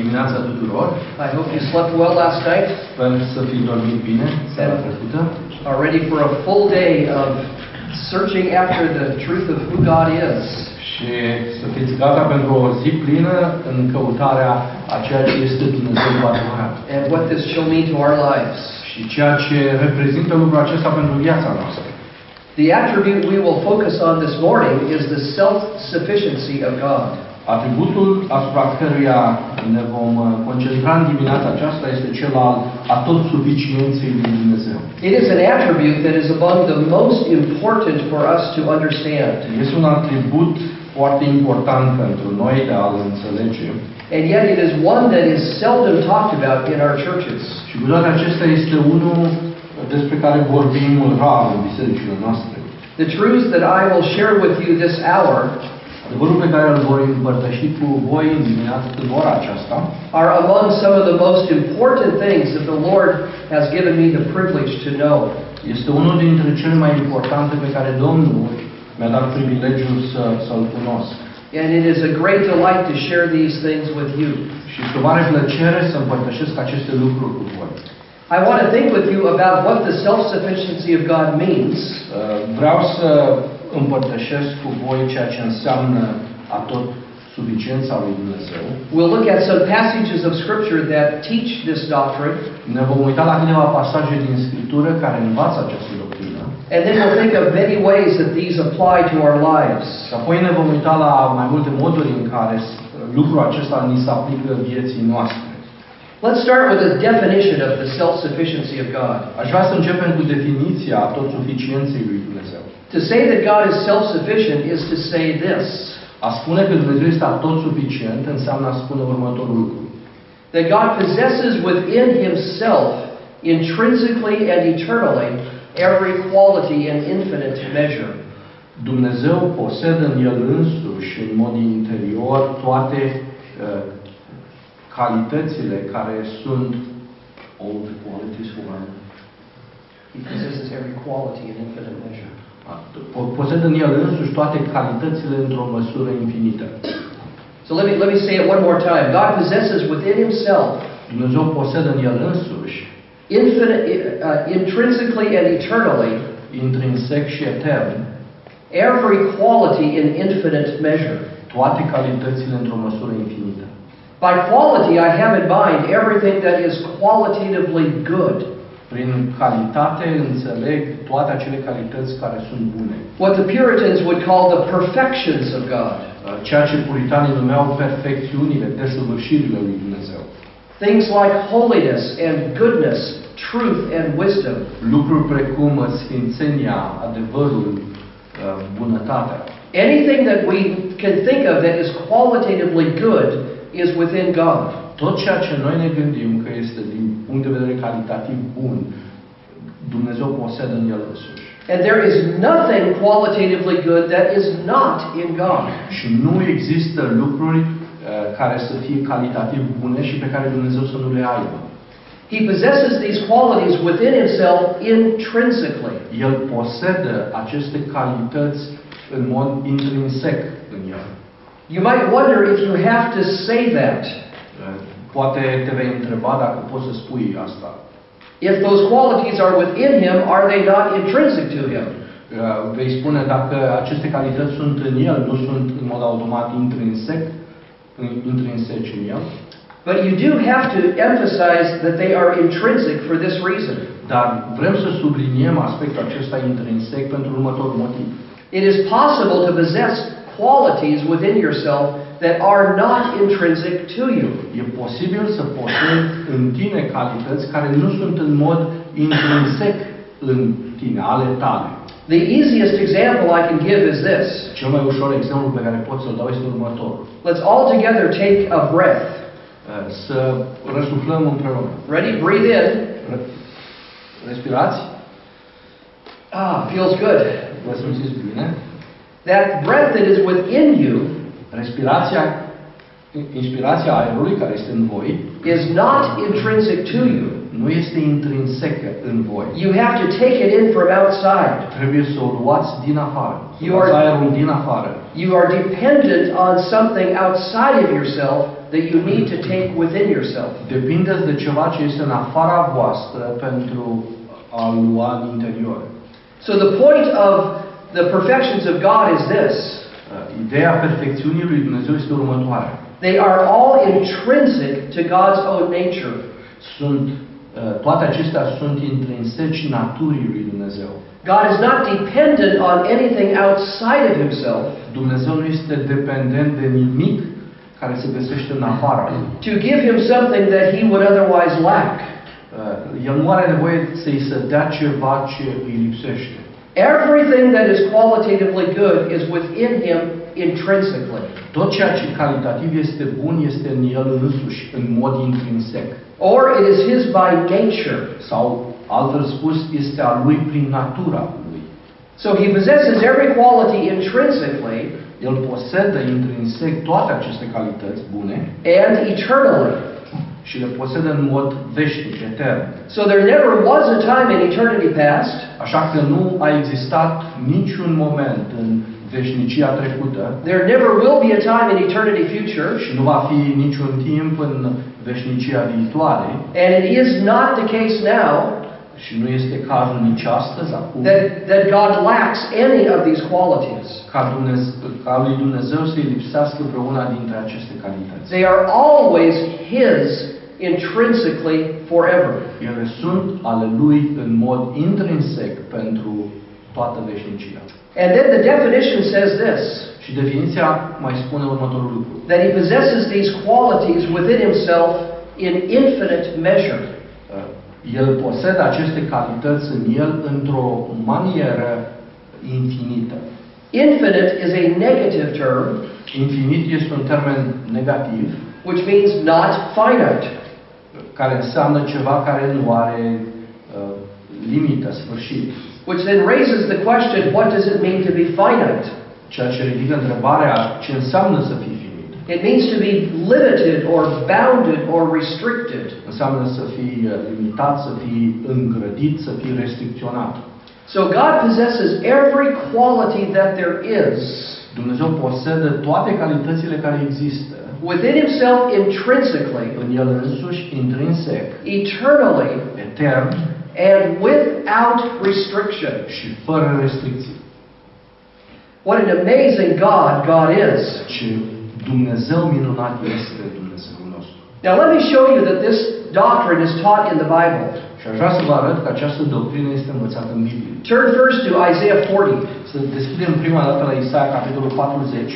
dimineața tuturor. I hope you slept well last night Sper să fi dormit bine seara trecută. are ready for a full day of searching after the truth of who God is. Și să fiți gata pentru o zi plină în căutarea a ceea ce este Dumnezeu cu adevărat. and what this shall mean to our lives. Și ceea ce reprezintă lucrul acesta pentru viața noastră. The attribute we will focus on this morning is the self sufficiency of God. Atributul asupra căruia ne vom uh, concentra în dimineața aceasta este cel al atotsuficienței lui Dumnezeu. It is an attribute that is among the most important for us to understand, Este un atribut foarte important pentru noi de a-l înțelege and yet it is one that is seldom talked about in our churches. și cu toate acestea este unul despre care vorbim rar în bisericile noastre. The truths that I will share with you this hour Adevărul pe care îl voi împărtăși cu voi în dimineața în ora aceasta are among some of the most important things that the Lord has given me the privilege to know. este unul dintre cele mai importante pe care Domnul mi-a dat privilegiul să, să-l cunosc. And it is a great delight to share these things with you. Și este o mare plăcere să împărtășesc aceste lucruri cu voi. I want to think with you about what the self sufficiency of God means, Uh, Vreau să împărtășesc cu voi ceea ce înseamnă a tot suficiența lui Dumnezeu. we'll look at some passages of Scripture that teach this doctrine, Ne vom uita la câteva pasaje din Scriptură care învață această doctrină and then we'll think of many ways that these apply to our lives. și apoi ne vom uita la mai multe moduri în care s- lucrul acesta ni se aplică vieții noastre. Let's start with a definition of the self sufficiency of God. Aș vrea să începem cu definiția a tot suficienței lui Dumnezeu. To say that God is self sufficient is to say this A spune că Dumnezeu este a tot suficient înseamnă a spune următorul lucru. that God possesses within himself, intrinsically and eternally, every quality and infinite measure. Dumnezeu posedă în El însuși, în mod interior, toate uh, calitățile care sunt all the qualities for man. He possesses every quality and infinite measure. Po- Posedă în El însuși toate calitățile într-o măsură infinită. So let me, let me say it one more time. God possesses within himself, Dumnezeu posedă în El însuși, infinite, uh, intrinsically and eternally, intrinsec și etern, every quality in infinite measure. toate calitățile într-o măsură infinită. By quality, I have in mind everything that is qualitatively good. Prin calitate înțeleg toate acele calități care sunt bune. What the Puritans would call the perfections of God. ceea ce puritanii numeau perfecțiunile, desăvârșirile lui Dumnezeu. Things like holiness and goodness, truth and wisdom. Lucruri precum sfințenia, adevărul, uh, bunătatea. Anything that we can think of that is qualitatively good is within God. Tot ceea ce noi ne gândim că este din punct de vedere calitativ bun, Dumnezeu posedă în el însuși. And there is nothing qualitatively good that is not in God. Și nu există lucruri uh, care să fie calitativ bune și pe care Dumnezeu să nu le aibă. He possesses these qualities within himself intrinsically. El posedă aceste calități în mod intrinsec în el. You might wonder if you have to say that, Uh, Poate te vei întreba dacă poți să spui asta. if those qualities are within him, are they not intrinsic to him? Uh, Vei spune dacă aceste calități sunt în el, nu sunt în mod automat intrinsec, în- intrinseci în el, But you do have to emphasize that they are intrinsic for this reason. dar vrem să subliniem aspectul acesta intrinsec pentru următorul motiv. It is possible to possess qualities within yourself that are not intrinsic to you. E posibil să posezi în tine calități care nu sunt în mod intrinsec în tine, ale tale. The easiest example I can give is this. Cel mai ușor exemplu pe care pot să-l dau este următorul. Let's all together take a breath. Uh, Să răsuflăm împreună. Ready? Breathe in. Re- Respirați? Ah, feels good. Vă simțiți bine? That breath that is within you Respirația, inspirația aerului care este în voi is not intrinsic to you. nu este intrinsecă în voi. You have to take it in from outside. Trebuie să o luați din afară. Să You are- luați aerul din afară. You are dependent on something outside of yourself that you need to take within yourself. Depindeți de ceva ce este în afara voastră pentru a lua în interior. So the point of the perfections of God is this Uh, Ideea perfecțiunii lui Dumnezeu este următoarea. they are all intrinsic to God's own nature. Sunt, uh, toate acestea sunt intrinseci naturii lui Dumnezeu. God is not dependent on anything outside of himself. Dumnezeu nu este dependent de nimic care se găsește în afara lui. to give him something that he would otherwise lack. Uh, El nu are nevoie să-i se dea ceva ce îi lipsește. Everything that is qualitatively good is within him intrinsically. Tot ceea ce calitativ este bun este în el însuși, în mod intrinsec. Or it is his by nature. Sau, altfel spus, este a lui prin natura lui. So he possesses every quality intrinsically El posedă intrinsec toate aceste calități bune and eternally. și le posedă în mod veșnic, etern. So there never was a time in eternity past, Așa că nu a existat niciun moment în veșnicia trecută there never will be a time in eternity future, și nu va fi niciun timp în veșnicia viitoare and it is not the case now și nu este cazul nici astăzi, acum, that, that God lacks any of these qualities. ca, Dumnezeu, ca lui Dumnezeu să-i lipsească vreuna dintre aceste calități. They are always His intrinsically forever. Ele sunt ale lui în mod intrinsec pentru toată veșnicia. And then the definition says this Și definiția mai spune următorul lucru. that He possesses these qualities within Himself in infinite measure. Uh, El posedă aceste calități în el într-o manieră infinită. Infinite is a negative term, Infinit este un termen negativ which means not finite. care înseamnă ceva care nu are uh, limită, sfârșit. Which then raises the question what does it mean to be finite? Ceea ce ridică întrebarea ce înseamnă să fii finit. It means to be limited or bounded or restricted. Înseamnă să fii uh, limitat, să fii îngrădit, să fii restricționat. So God possesses every quality that there is Dumnezeu posedă toate calitățile care există within Himself intrinsically. în el însuși, intrinsec, eternally etern and without restriction. și fără restricții. What an amazing God God is. Ce Dumnezeu minunat este Dumnezeul nostru. Now, let me show you that this doctrine is taught in the Bible. Și aș vrea să vă arăt că această doctrină este învățată în Biblie. Turn first to Isaiah 40, Să deschidem prima dată la Isaia, capitolul 40.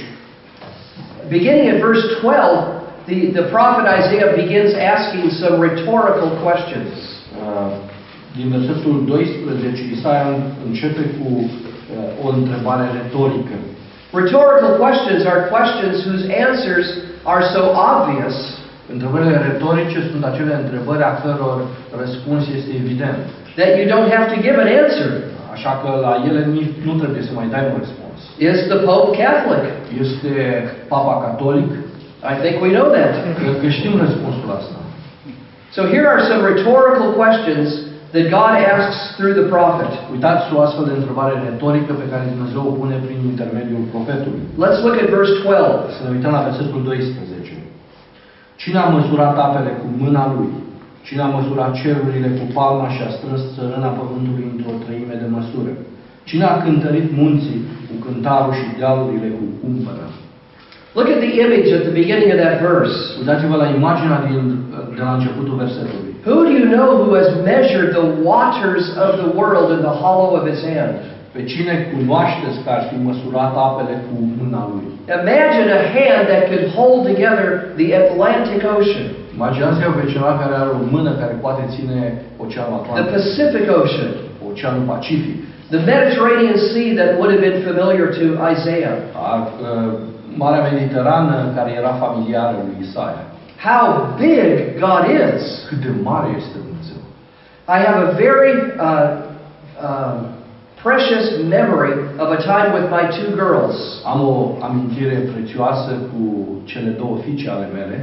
beginning at verse 12. The, the prophet Isaiah begins asking some rhetorical questions. Uh, Din versetul 12, Isaia începe cu uh, o întrebare retorică. Rhetorical questions are questions whose answers are so obvious Întrebările retorice sunt acele întrebări a căror răspuns este evident. that you don't have to give an answer. Așa că la ele nici nu trebuie să mai dai un răspuns. Is the Pope Catholic? Este Papa Catolic? I think we know that. Cred că știm răspunsul asta. So here are some rhetorical questions that God asks through the prophet. Uitați o astfel de întrebare retorică pe care Dumnezeu o pune prin intermediul profetului. Let's look at verse 12. Să ne uităm la versetul 12. Cine a măsurat apele cu mâna lui? Cine a măsurat cerurile cu palma și a strâns țărâna pământului într-o treime de măsură? Cine a cântărit munții cu cântarul și dealurile cu cumpără? Look at the image at the beginning of that verse. Uitați-vă la imaginea din, de la începutul versetului. Who do you know who has measured the waters of the world in the hollow of his hand? Pe cine cunoașteți că ar fi măsurat apele cu mâna lui? Imagine a hand that could hold together the Atlantic Ocean, Imaginați-vă pe cineva care are o mână care poate ține Oceanul the Atlantic, Pacific Ocean, Oceanul Pacific. the Mediterranean Sea that would have been familiar to Isaiah. Ar- uh, Marea Mediterană care era familiară lui Isaia. How big God is! Cât de mare este Dumnezeu? I have a very uh, um, precious memory of a time with my two girls. Am o amintire prețioasă cu cele două fiice ale mele.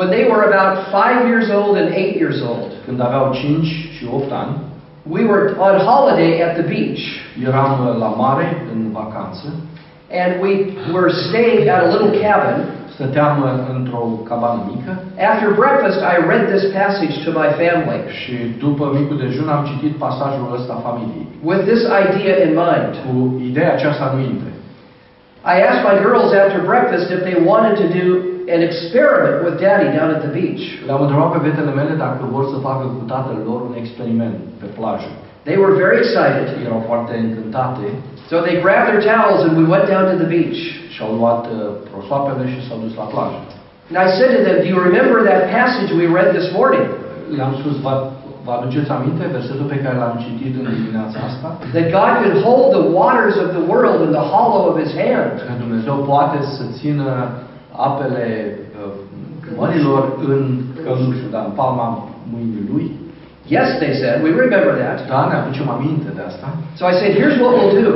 When they were about five years old and eight years old, Când aveau 5 și 8 ani, we were on holiday at the beach eram uh, la mare în vacanță and we were staying at a little cabin stăteam într-o cabană mică After breakfast, I read this passage to my family și după micul dejun am citit pasajul ăsta familiei. with this idea in mind. Cu ideea aceasta în minte. I asked my girls after breakfast if they wanted to do an experiment with daddy down at the beach. Le-am întrebat pe fetele mele dacă vor să facă cu tatăl lor un experiment pe plajă. They were very excited, Erau foarte încântate so they grabbed their towels and we went down to the beach. și au luat uh, prosoapele și s-au dus la plajă. And I said to them, Do you remember that passage we read this morning? Le-am spus, vă, vă aduceți aminte versetul pe care l-am citit în dimineața asta? That God could hold the waters of the world in the hollow of his hand. Că Dumnezeu poate să țină apele uh, mărilor în călușul, dar în palma mâinii lui. Yes, they said, we remember that. Da, ne aducem aminte de asta. So I said, Here's what we'll do.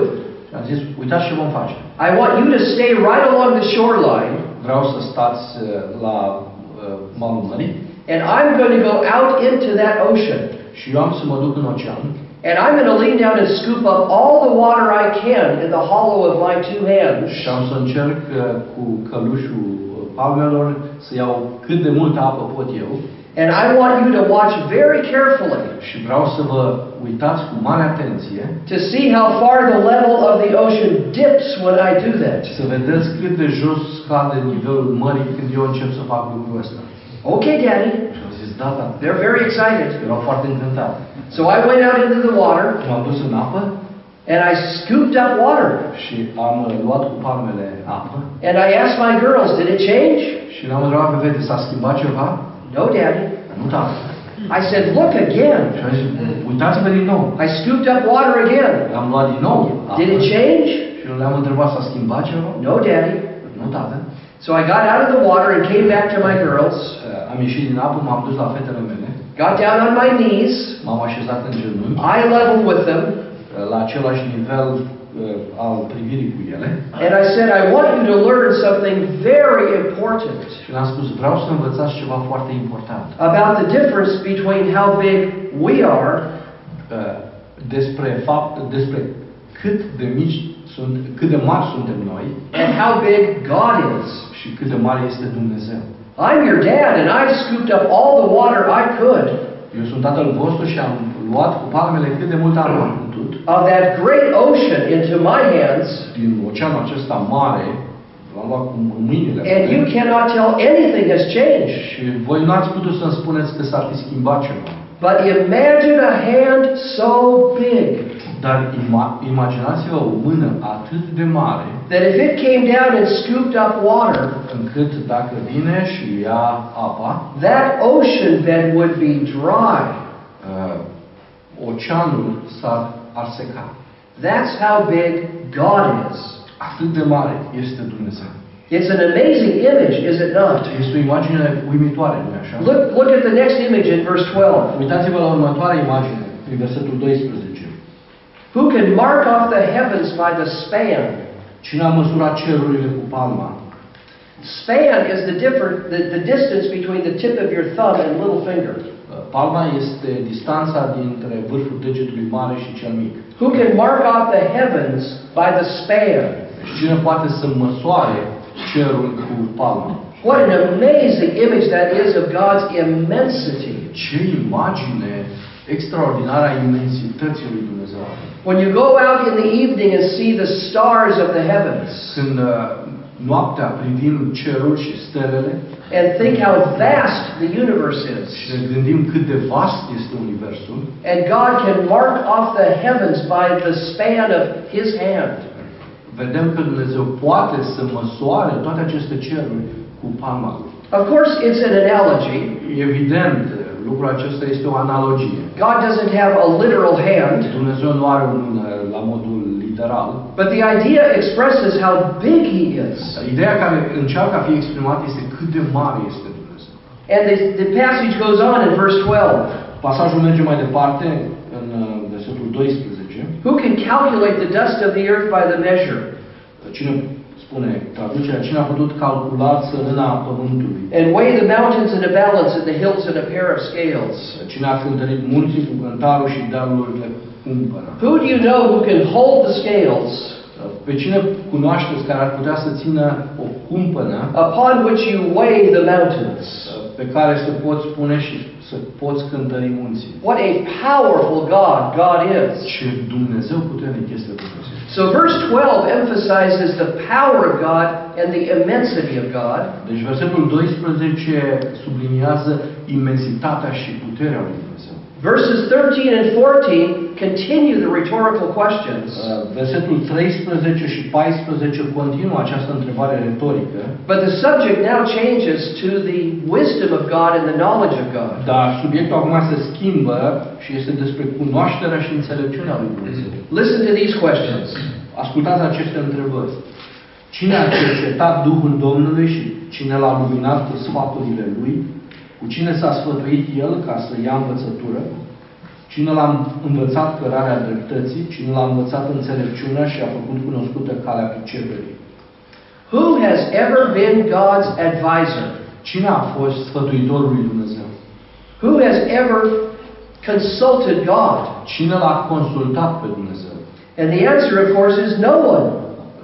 Și am zis, uitați ce vom face. I want you to stay right along the shoreline, Vreau să stați uh, la uh, malul mării and I'm going to go out into that ocean. și eu am să mă duc în ocean And I'm going to lean down and scoop up all the water I can in the hollow of my two hands. și am să încerc uh, cu călușul uh, palmelor să iau cât de multă apă pot eu And I want you to watch very carefully și vreau să vă uitați cu mare atenție to see how far the level of the ocean dips when I do that. și să vedeți cât de jos scade nivelul mării când eu încep să fac lucrul ăsta. Okay, Daddy. Și am zis, da, da. They're very excited. Erau foarte încântat. So I went out into the water M-am dus în apă and I scooped up water. și am uh, luat cu palmele apă And I asked my girls, Did it change? și le-am întrebat pe fete, s-a schimbat ceva? No, Daddy. Nu, da. I said, Look again. Și am zis, uitați-vă din nou. I scooped up water again. L-am luat din nou apă Did it change? și le-am întrebat, s-a schimbat ceva? No, Daddy. Nu, tată. So I got out of the water and came back to my girls, Uh, Am ieșit din apă, m-am dus la fetele mele, got down on my knees, m-am așezat în genunchi, eye level with them, uh, la același nivel uh, al privirii cu ele and I said, I want you to learn something very important și le-am spus, vreau să învățați ceva foarte important about the difference between how big we are uh, despre fapt, despre cât de mici sunt, cât de mari suntem noi and how big God is. și cât de mare este Dumnezeu. I'm your dad, and I scooped up all the water I could Eu sunt tatăl vostru și am luat cu palmele cât de mult am putut of that great ocean into my hands, din oceanul acesta mare, l-am luat cu mâinile. and you cannot tell anything has changed. Și voi nu ați putut să-mi spuneți că s-ar fi schimbat ceva. But imagine a hand so big. Dar ima- imaginați-vă o mână atât de mare that if it came down and scooped up water, încât dacă vine și ia apa, that ocean bed would be dry. uh, oceanul s-ar ar seca. That's how big God is. Atât de mare este Dumnezeu. It's an amazing image, is it not? Este o imagine uimitoare, nu așa? Look, look at the next image in verse 12. Uitați-vă la următoarea imagine, din versetul 12. Who can mark off the heavens by the span? Cine a măsurat cerurile cu palma? Span is the, different, the, the distance between the tip of your thumb and little finger. Uh, Palma este distanța dintre vârful degetului mare și cel mic. Who can mark off the heavens by the span? Și cine poate să măsoare cerul cu palma? What an amazing image that is of God's immensity. Ce imagine extraordinară a imensității lui Dumnezeu. When you go out in the evening and see the stars of the heavens Când uh, noaptea privim cerul și stelele and think how vast the universe și is, ne gândim cât de vast este Universul, and God can mark off the heavens by the span of His hand. vedem că Dumnezeu poate să măsoare toate aceste ceruri cu palma lui. Of course, it's an analogy. Evident, lucrul acesta este o analogie. God doesn't have a literal hand, Dumnezeu nu are o mână la modul literal. but the idea expresses how big He is. Ideea care încearcă a fi exprimată este cât de mare este Dumnezeu. And the, the passage goes on in verse 12. Pasajul merge mai departe în uh, versetul 12. Who can calculate the dust of the earth by the measure Cine spune traducerea, cine a putut calcula țărâna pământului? and weigh the mountains in a balance and the hills in a pair of scales? Cine a cântărit munții cu cântarul și dealurile cu cumpăna? Who do you know who can hold the scales Pe cine cunoașteți care ar putea să țină o cumpănă uh, upon which you weigh the mountains. pe care să poți pune și să poți cântări munții. What a powerful God God is. Ce Dumnezeu puternic este Dumnezeu. So verse 12 emphasizes the power of God and the immensity of God. Deci versetul 12 subliniază imensitatea și puterea lui Dumnezeu. Verses 13 and 14 continue the rhetorical questions, Uh, Versetul 13 și 14 continuă această întrebare retorică, but the subject now changes to the wisdom of God and the knowledge of God. dar subiectul acum se schimbă și este despre cunoașterea și înțelepciunea lui Dumnezeu. Listen to these questions. Ascultați aceste întrebări. Cine a cercetat Duhul Domnului și cine l-a luminat cu sfaturile lui? Cu cine s-a sfătuit el ca să ia învățătură? Cine l-a învățat cărarea dreptății? Cine l-a învățat înțelepciunea și a făcut cunoscută calea priceperii? Who has ever been God's advisor? Cine a fost sfătuitorul lui Dumnezeu? Who has ever consulted God? Cine l-a consultat pe Dumnezeu? And the answer, of course, is no one.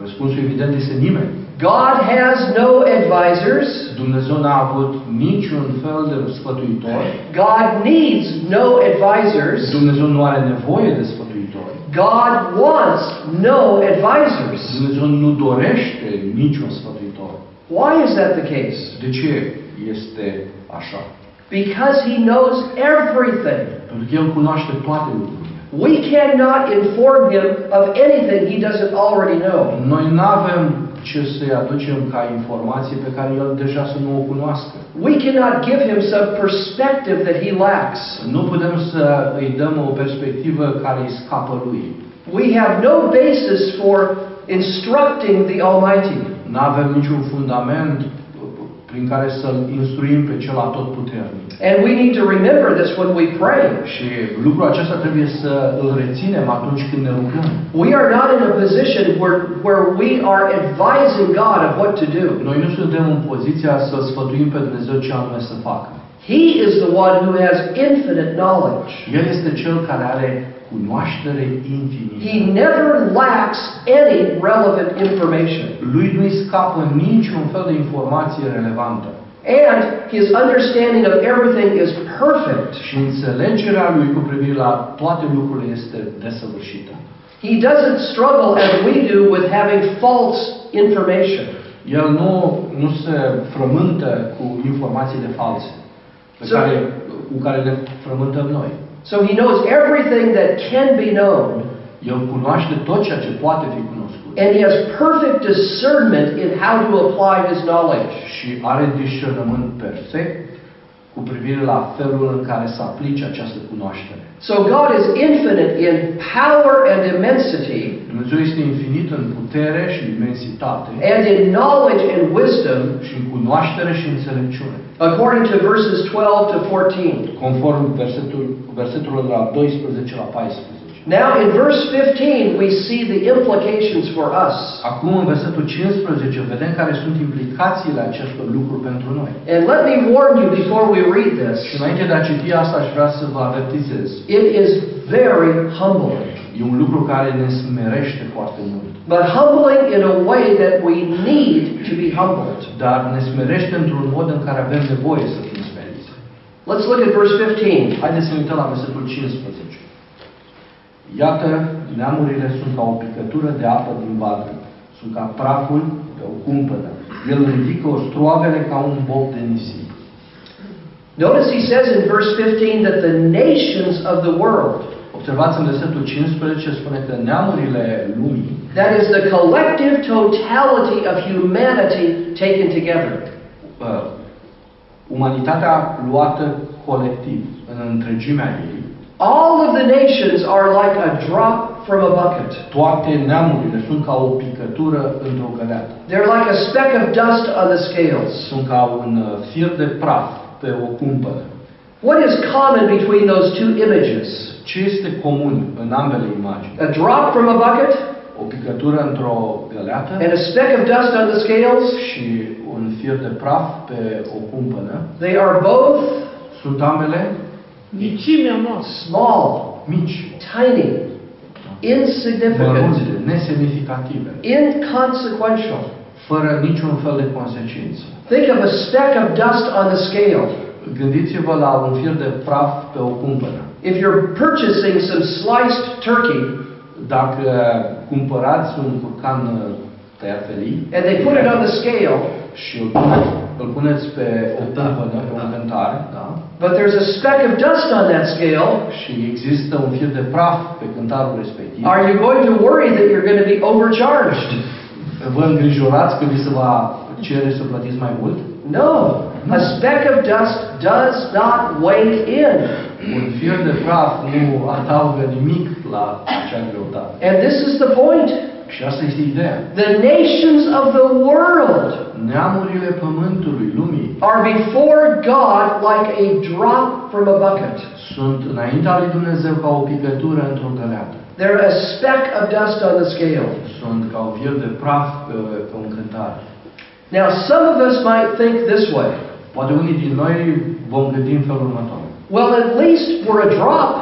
Răspunsul evident este nimeni. God has no advisors. Dumnezeu n-a avut niciun fel de sfătuitor. God needs no advisors. Dumnezeu nu are nevoie de sfătuitori. God wants no advisors. Dumnezeu nu dorește niciun sfătuitor. Why is that the case? De ce este așa? Because He knows everything. Pentru că El cunoaște toate lucrurile. We cannot inform Him of anything He doesn't already know. Noi nu avem ce să-i aducem ca informație pe care El deja să nu o cunoască. We cannot give Him some perspective that He lacks. Nu putem să îi dăm o perspectivă care îi scapă lui. We have no basis for instructing the Almighty. Nu avem niciun fundament prin care să-l instruim pe cel atotputernic. And we need to remember this when we pray. Și lucrul acesta trebuie să îl reținem atunci când ne rugăm. We are not in a position where, where we are advising God of what to do. Noi nu suntem în poziția să sfătuim pe Dumnezeu ce anume să facă. He is the one who has infinite knowledge. El este cel care are cunoaștere infinită. He never lacks any relevant information. Lui nu-i scapă niciun fel de informație relevantă. And his understanding of everything is perfect. Și înțelegerea lui cu privire la toate lucrurile este desăvârșită. He doesn't struggle as we do with having false information. El nu, nu se frământă cu informațiile false pe Să- care, cu care le frământăm noi. So he knows everything that can be known, El cunoaște tot ceea ce poate fi cunoscut and he has perfect discernment in how to apply his knowledge. și are discernământ perfect cu privire la felul în care să aplice această cunoaștere. So God is infinite in power and immensity, Dumnezeu este infinit în putere și imensitate and in knowledge and wisdom, și în cunoaștere și înțelepciune. according to verses 12 to 14. Conform versetul, versetul de la 12 la 14. Now, in verse 15, we see the implications for us. Acum, în versetul 15, vedem care sunt implicațiile acestor lucruri pentru noi. And let me warn you before we read Și this înainte de a citi asta, aș vrea să vă avertizez. it is very humbling, E un lucru care ne smerește foarte mult. but humbling in a way that we need to be humbled. Dar ne smerește într-un mod în care avem nevoie să fim smeriți. Let's look at verse 15. Haideți să ne uităm la versetul 15. Iată, neamurile sunt ca o picătură de apă din vadă, sunt ca praful pe o cumpănă. El ridică ostroavele ca un bob de nisip. Notice he says in verse 15 that the nations of the world, Observați în versetul 15 spune că neamurile lumii that is the collective totality of humanity taken together, uh, umanitatea luată colectiv, în întregimea ei, all of the nations are like a drop from a bucket. toate neamurile sunt ca o picătură într-o găleată. They're like a speck of dust on the scales. Sunt ca un uh, fir de praf pe o cumpănă. What is common between those two images? Ce este comun în ambele imagini? A drop from a bucket O picătură într-o găleată and a speck of dust on the scales? și un fir de praf pe o cumpănă They are both sunt ambele Nici mea noastră. small, mici. tiny, Da. insignificant, mărunte, nesemnificative, inconsequential. fără niciun fel de consecință. Think of a speck of dust on the scale. Gândiți-vă la un fir de praf pe o cumpără. If you're purchasing some sliced turkey Dacă cumpărați un curcan uh, tăiat felii and they put it on the scale, și îl puneți, îl puneți pe o cumpănă, pe un cântar, da? but there's a speck of dust on that scale, și există un fir de praf pe cântarul respectiv, are you going to worry that you're going to be overcharged? vă îngrijorați că vi se va cere să plătiți mai mult? No. A speck of dust does not weigh in. Un fir de praf nu adaugă nimic la acea greutate. And this is the point. Și asta este ideea. The nations of the world Neamurile pământului, lumii, are before God like a drop from a bucket. sunt înaintea lui Dumnezeu ca o picătură într-o găleată. They're a speck of dust on the scale. Sunt ca un fir de praf pe, pe un cântar. Now, some of us might think this way Poate unii din noi vom gândi în felul următor. well, at least we're a drop,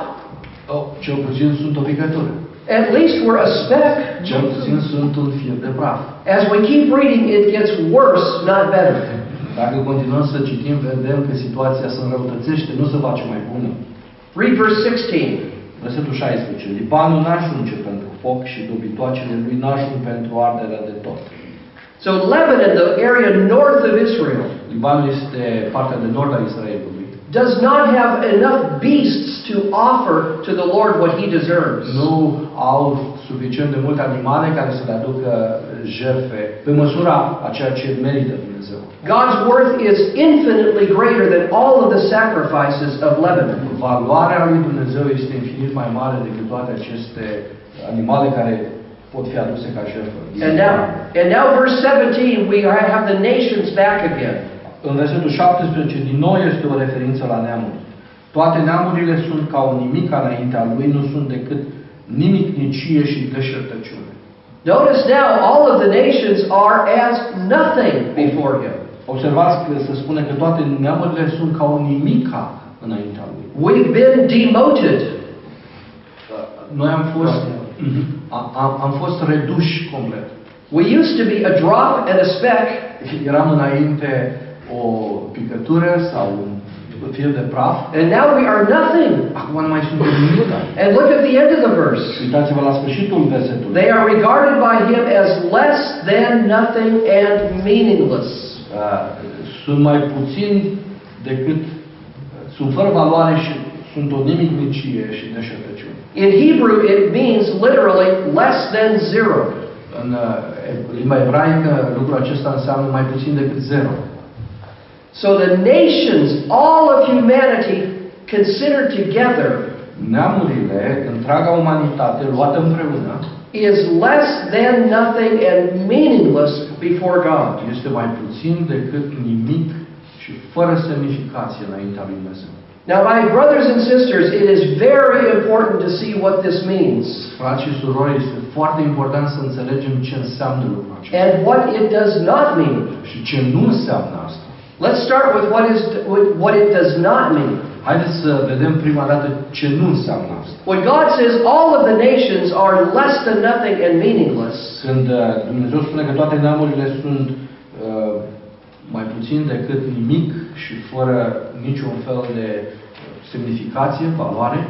Oh, cel puțin sunt o picătură. at least we're a speck. Cel puțin sunt un fir de praf. As we keep reading, it gets worse, not better. Dacă continuăm să citim, vedem că situația se înrăutățește, nu se face mai bună. Read verse 16. Versetul 16. Libanul n-ajunge pentru foc și dobitoacele lui n-ajung pentru arderea de tot. So, Lebanon, the area north of Israel, Libanul este partea de nord a Israelului. does not have enough beasts to offer to the Lord what he deserves. Nu au suficient de multe animale care să le aducă jertfe pe măsura a ceea ce merită Dumnezeu. God's worth is infinitely greater than all of the sacrifices of Lebanon. Valoarea lui Dumnezeu este infinit mai mare decât toate aceste animale care pot fi aduse ca And jertfă. now, and now, verse 17, we are- have the nations back again. În versetul 17, din nou este o referință la neamuri. Toate neamurile sunt ca un nimic înaintea lui, nu sunt decât nimicnicie și deșertăciune. Notice now, all of the nations are as nothing before him. Observați că se spune că toate neamurile sunt ca un nimica înaintea lui. We've been demoted. Noi am fost, Mhm. a, a, am fost reduși complet. We used to be a drop and a speck, Eram înainte o picătură sau un fir de praf. and now we are nothing. Acum nu mai suntem nimic. And look at the end of the verse. Uitați-vă la sfârșitul versetului. They are regarded by him as less than nothing and meaningless. Uh, sunt mai puțin decât, uh, sunt fără valoare și sunt o nimicnicie și deșertăciune. In Hebrew, it means literally less than zero. În uh, limba ebraică lucrul acesta înseamnă mai puțin decât zero. So the nations, all of humanity considered together, Neamurile, întreaga umanitate luată împreună, is less than nothing and meaningless before God. este mai puțin decât nimic și fără semnificație înaintea lui Dumnezeu. Now, my brothers and sisters, it is very important to see what this means Frați și surori, este foarte important să înțelegem ce înseamnă lucrul acesta and what it does not mean. și ce nu înseamnă asta. Let's start with what, is, with what it does not mean. Haideți să vedem prima dată ce nu înseamnă asta. When God says all of the nations are less than nothing and meaningless, Când uh, Dumnezeu spune că toate neamurile sunt uh, mai puțin decât nimic și fără niciun fel de semnificație, valoare,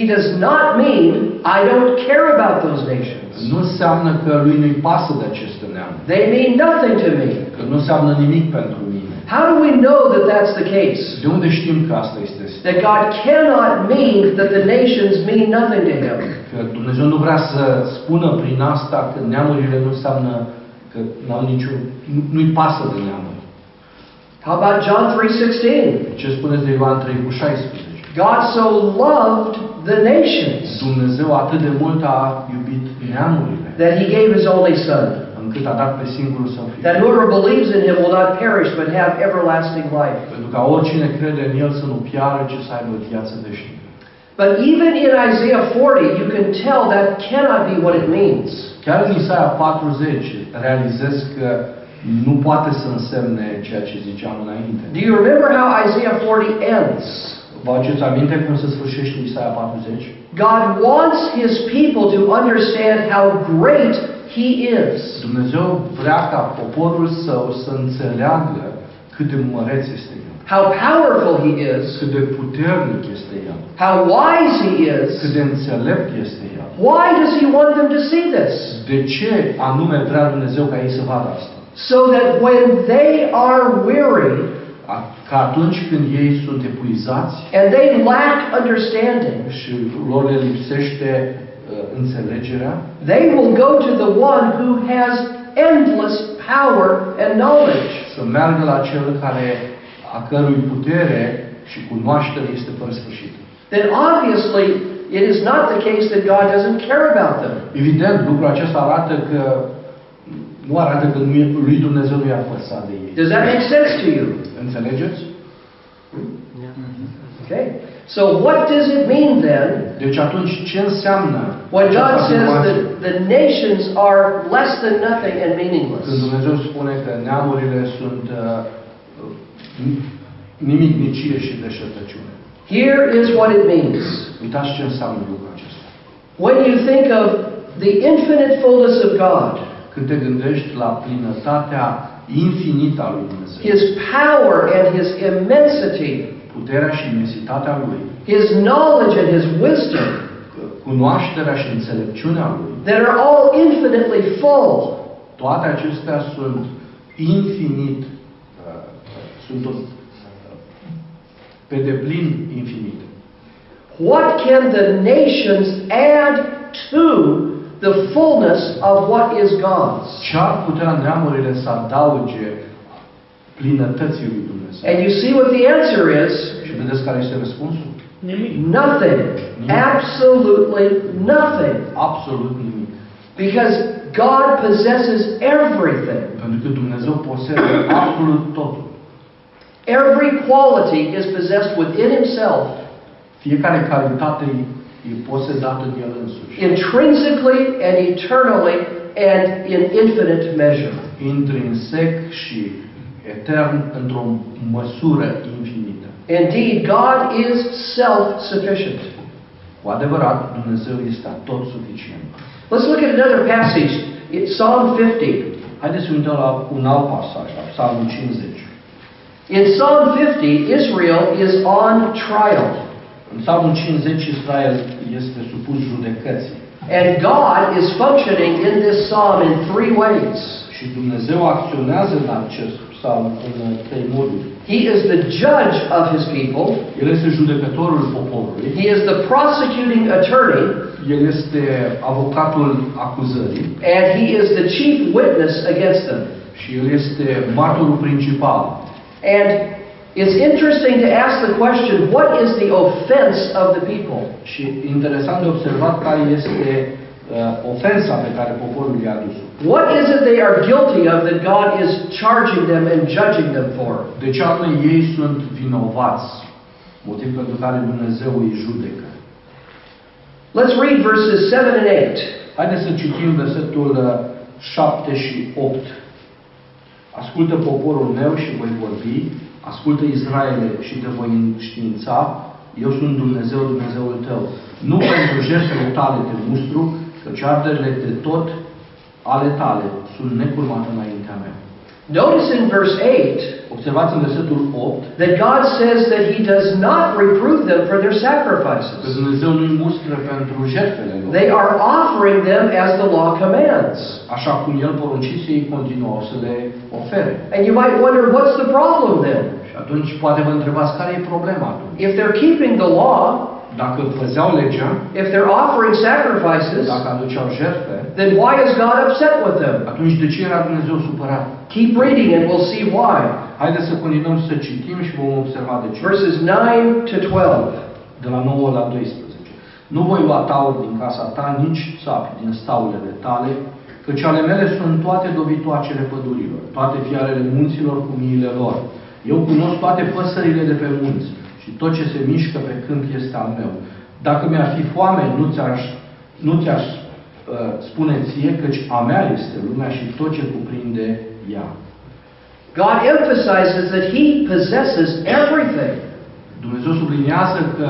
He does not mean I don't care about those nations. nu înseamnă că lui nu-i pasă de aceste neamuri, They mean nothing to me. că nu înseamnă nimic pentru mine. How do we know that that's the case? De unde știm că asta este? That God cannot mean that the nations mean nothing to him. Că Dumnezeu nu vrea să spună prin asta că neamurile nu înseamnă că n-au niciun, nu- nu-i pasă de neamuri. How about John 3:16? Ce spuneți de Ioan 3 cu 16? God so loved the nations Dumnezeu atât de mult a iubit neamurile that he gave his only son încât a dat pe singurul său fiu. that whoever believes in him will not perish but have everlasting life. Pentru ca oricine crede în el să nu piară, ci să aibă viață veșnică. But even in Isaiah 40, you can tell that cannot be what it means. Chiar în Isaia 40 realizez că nu poate să însemne ceea ce ziceam înainte. Do you remember how Isaiah 40 ends? Vă aduceți aminte cum se sfârșește Isaia 40? God wants his people to understand how great he is. Dumnezeu vrea ca poporul său să înțeleagă cât de măreț este El, How powerful he is, cât de puternic este El, how wise he cât is. de înțelept este El. Why does he want them to see this? De ce anume vrea Dumnezeu ca ei să vadă asta? So that when they are weary A- Că atunci când ei sunt epuizați and they lack understanding, și lor le lipsește uh, înțelegerea, they will go to the one who has endless power and knowledge. să meargă la cel care, a cărui putere și cunoaștere este fără sfârșit. Then obviously it is not the case that God doesn't care about them. Evident, lucrul acesta arată că nu arată că nu e- lui Dumnezeu nu i-a păsat de ei. Does that make sense to you? Înțelegeți? Okay. So what does it mean then Deci atunci ce înseamnă when această God says afirmație? that the nations are less than nothing and meaningless? Când Dumnezeu spune că neamurile sunt uh, n- nimicnicie și deșertăciune. Here is what it means. Uitați ce înseamnă lucrul acesta. When you think of the infinite fullness of God, Când te gândești la plinătatea infinită a lui Dumnezeu, His power and His immensity, puterea și imensitatea lui, His knowledge and His wisdom cunoașterea și înțelepciunea lui, that are all infinitely full, toate acestea sunt infinit, uh, sunt uh, pe deplin infinite. what can the nations add to the fullness of what is God's? Ce ar putea neamurile să adauge plinătății lui Dumnezeu? And you see what the answer is Și vedeți care este răspunsul? nothing. Absolutely nothing. Absolut nimic. Because God possesses everything. Pentru că Dumnezeu posedă absolut totul. Every quality is possessed within Himself, Fiecare calitate e- e posedată de El însuși. intrinsically and eternally and in infinite measure. Intrinsec și etern într-o măsură infinită. Indeed, God is self sufficient. Cu adevărat, Dumnezeu este tot suficient. Let's look at another passage. It's Psalm 50. Haideți să ne uităm la un alt pasaj, la Psalmul 50. In Psalm 50, Israel is on trial, În Psalmul 50, Israel este supus judecății. and God is functioning in this psalm in three ways. Și Dumnezeu acționează în acest psalm în trei moduri. He is the judge of his people, El este judecătorul poporului, he is the prosecuting attorney, el este avocatul acuzării and he is the chief witness against them. și el este martorul principal. And it's interesting to ask the question what is the offense of the people? Și interesant de observat care este uh, ofensa pe care poporul i-a adus-o. What is it they are guilty of that God is charging them and judging them for? De ce anume ei sunt vinovați, motiv pentru care Dumnezeu îi judecă. Let's read verses 7 and 8. Haideți să citim versetul uh, 7 și 8. Ascultă poporul meu și voi vorbi, ascultă Israele și te voi înștiința, eu sunt Dumnezeu, Dumnezeul tău. Nu pentru jertfele tale te mustru, căci arderile de tot ale tale sunt necurmate înaintea mea. Notice in verse 8 Observați în versetul 8 that God says that He does not reprove them for their că sacrifices. Dumnezeu nu-i mustră pentru jertfele lor. They are offering them as the law commands. Așa cum El poruncise, ei continuau să le ofere. And you might wonder what's the problem then? Și atunci poate vă întrebați care e problema atunci. If they're keeping the law, Dacă păzeau legea, if they're offering sacrifices, dacă aduceau jertfe, then why is God upset with them? atunci de ce era Dumnezeu supărat? Keep reading and we'll see why. Haideți să continuăm să citim și vom observa de ce. Verses 9 to 12. De la 9 la 12. Nu voi lua tauri din casa ta, nici țapi din staulele tale, căci ale mele sunt toate dovitoacele pădurilor, toate fiarele munților cu miile lor. Eu cunosc toate păsările de pe munți și tot ce se mișcă pe câmp este al meu. Dacă mi-ar fi foame, nu ți-aș, nu ți-aș uh, spune ție, căci a mea este lumea și tot ce cuprinde ea. God emphasizes that He possesses everything. Dumnezeu subliniază că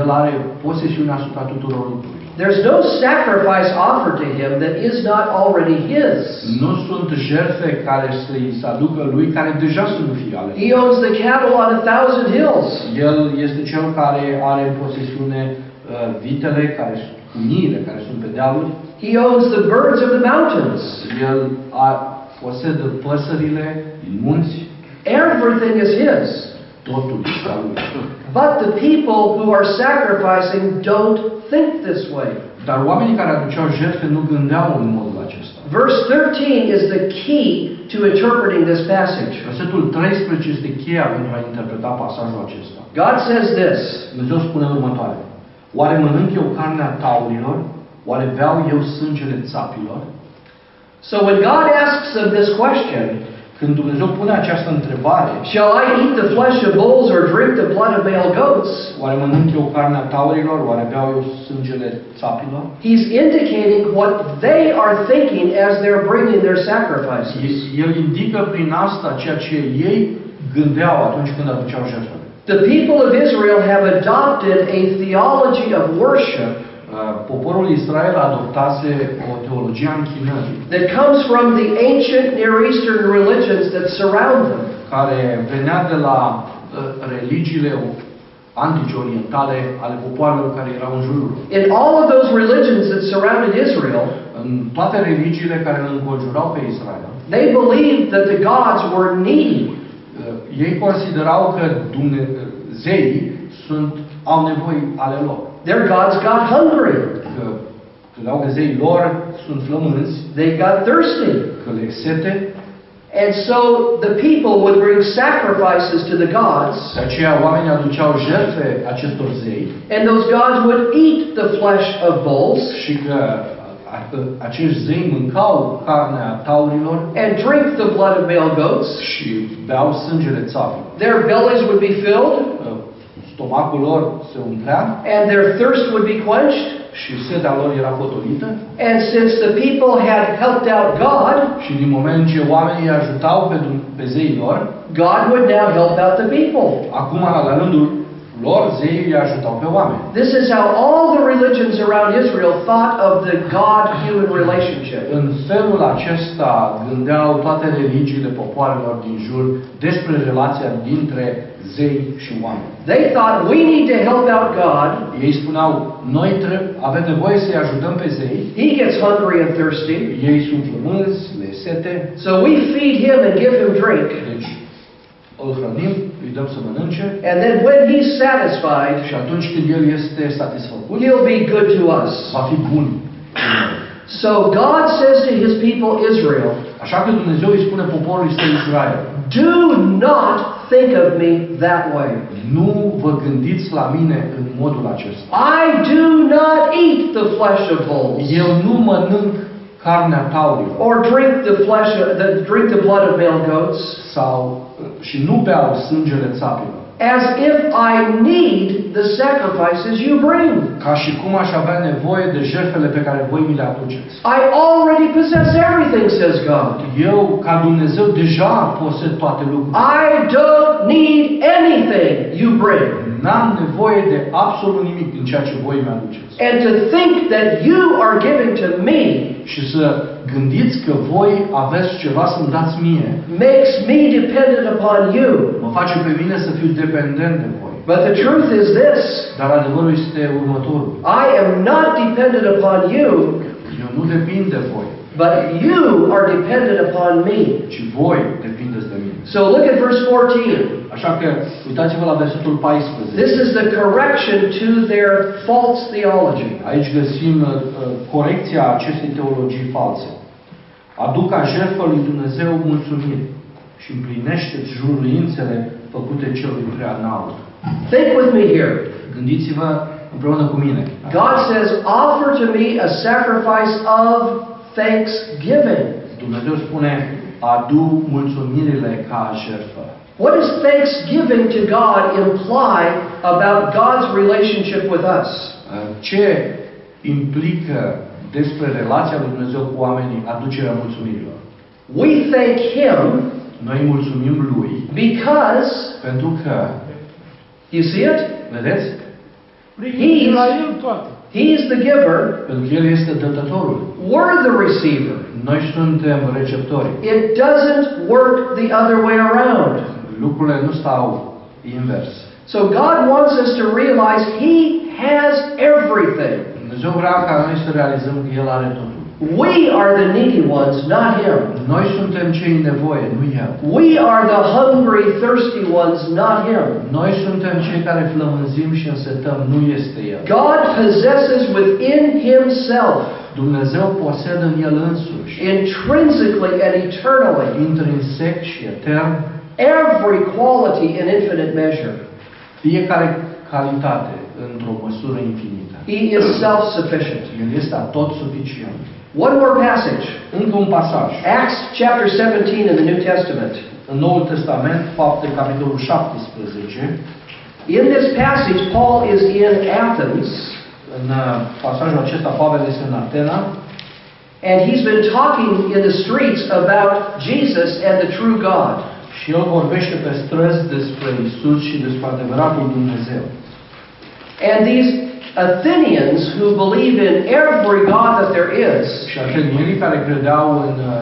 El are posesiunea asupra tuturor lucrurilor. There's no sacrifice offered to him that is not already his. Nu sunt jertfe care să-i se aducă Lui, care deja sunt fii ale Lui. He owns the cattle on a thousand hills. El este Cel care are în posesiune uh, vitele, care sunt cu miile, care sunt pe dealuri. He owns the birds of the mountains. El a, posedă păsările din munți, Everything is his. totul este al Lui. But the people who are sacrificing don't think this way. Dar oamenii care aduceau jertfe nu gândeau în modul acesta. Verse 13 is the key to interpreting this passage. Versetul 13 este cheia pentru a interpreta pasajul acesta. God says this Dumnezeu spune următoare. Oare mănânc eu carnea taurilor? Oare beau eu sângele țapilor? So when God asks them this question, Când Dumnezeu pune această întrebare, Shall I eat the flesh of bulls or drink the blood of male goats? oare mănânc eu carnea taurilor? Oare beau eu sângele țapilor? He's indicating what they are thinking as they're bringing their sacrifices. El indică prin asta ceea ce ei gândeau atunci când aduceau jertfele. The people of Israel have adopted a theology of worship Uh, Poporul Israel adoptase o teologie a închinării that comes from the ancient Near Eastern religions that surround them. care venea de la uh, religiile antice orientale ale popoarelor care erau în jurul lor. In all of those religions that surrounded Israel, În toate religiile care îl înconjurau pe Israel, they believed that the gods were needy. uh, ei considerau că Dumnezeii sunt, au nevoi ale lor. Their gods got hungry. Că credeau că zeii lor sunt flămânzi, They got thirsty. că le e sete, And so the people would bring sacrifices to the gods, de aceea oamenii aduceau jertfe acestor zei and those gods would eat the flesh of bulls și că a- a- acești zei mâncau carnea taurilor and drink the blood of male goats. și beau sângele țapilor. Their bellies would be filled, Uh, Stomacul lor se umplea and their thirst would be quenched. și setea lor era potolită And since the people had helped out God, și din moment ce oamenii îi ajutau pe, Dum- pe zeii lor, God would now help out the people. acum la rândul lor zeii îi ajutau pe oameni. This is how all the religions around Israel thought of the God-human relationship. În felul acesta gândeau toate religiile popoarelor din jur despre relația dintre zei și oameni. They thought we need to help out God. Ei spuneau, noi trebuie, avem nevoie să-i ajutăm pe zei, He gets hungry and thirsty, ei sunt flămânzi, le e sete, so we feed him and give him drink. deci îl hrănim, îi dăm să mănânce And then when he's satisfied, și atunci când el este satisfăcut, he'll be good to us. va fi bun. So God says to his people Israel, Așa că Dumnezeu îi spune poporului său Israel, do not think of me that way. nu vă gândiți la mine în modul acesta. I do not eat the flesh of bulls. Eu nu mănânc carnea taurilor. Or drink the flesh, of, the, drink the blood of male goats, sau și nu beau sângele țapilor, as if I need the sacrifices you bring. ca și cum aș avea nevoie de jertfele pe care voi mi le aduceți. I already possess everything, says God. Eu, ca Dumnezeu, deja posed toate lucrurile. I don't need anything you bring. N-am nevoie de absolut nimic din ceea ce voi mi aduceți. And to think that you are giving to me Și să gândiți că voi aveți ceva să-mi dați mie, makes me dependent upon you. mă face pe mine să fiu dependent de voi. But the truth is this Dar adevărul este următorul. I am not dependent upon you, Eu nu depind de voi, but you are dependent upon me. ci voi depindeți de mine. So look at verse 14. Așa că uitați-vă la versetul 14. This is the correction to their false theology. Aici găsim uh, corecția acestei teologii false. Aduc ca jertfă lui Dumnezeu mulțumire și împlinește-ți juruințele făcute celui prea înalt. Think with me here. Gândiți-vă împreună cu mine. God says, Offer to me a sacrifice of thanksgiving. Dumnezeu spune, adu mulțumirile ca jertfă. What does thanksgiving to God imply about God's relationship with us? Uh, Ce implică despre relația lui Dumnezeu cu oamenii aducerea mulțumirilor? We thank Him Noi îi mulțumim Lui because pentru că You see it? Vedeți? De la el toate. He's the giver, Pentru că El este dătătorul. we're the receiver. Noi suntem receptori. It doesn't work the other way around. Lucrurile nu stau invers. So God wants us to realize He has everything. Dumnezeu vrea ca noi să realizăm că El are totul. We are the needy ones, not Him. Noi suntem cei în nevoie, nu El. We are the hungry, thirsty ones, not Him. Noi suntem cei care flămânzim și însetăm, nu este El. God possesses within Himself, Dumnezeu posedă în El însuși, intrinsically and eternally, intrinsec și etern, every quality in infinite measure. fiecare calitate într-o măsură infinită. He is self sufficient. El este tot suficient. One more passage Încă un pasaj. Acts chapter 17 in the New Testament. În Noul Testament, fapte, capitolul 17, In this passage, Paul is in Athens. în uh, pasajul acesta, Pavel este în Atena And he's been talking in the streets about Jesus and the true God. și el vorbește pe străzi despre Isus și despre adevăratul Dumnezeu. And these Athenians who believe in every God that there is Și atenienii care credeau în uh,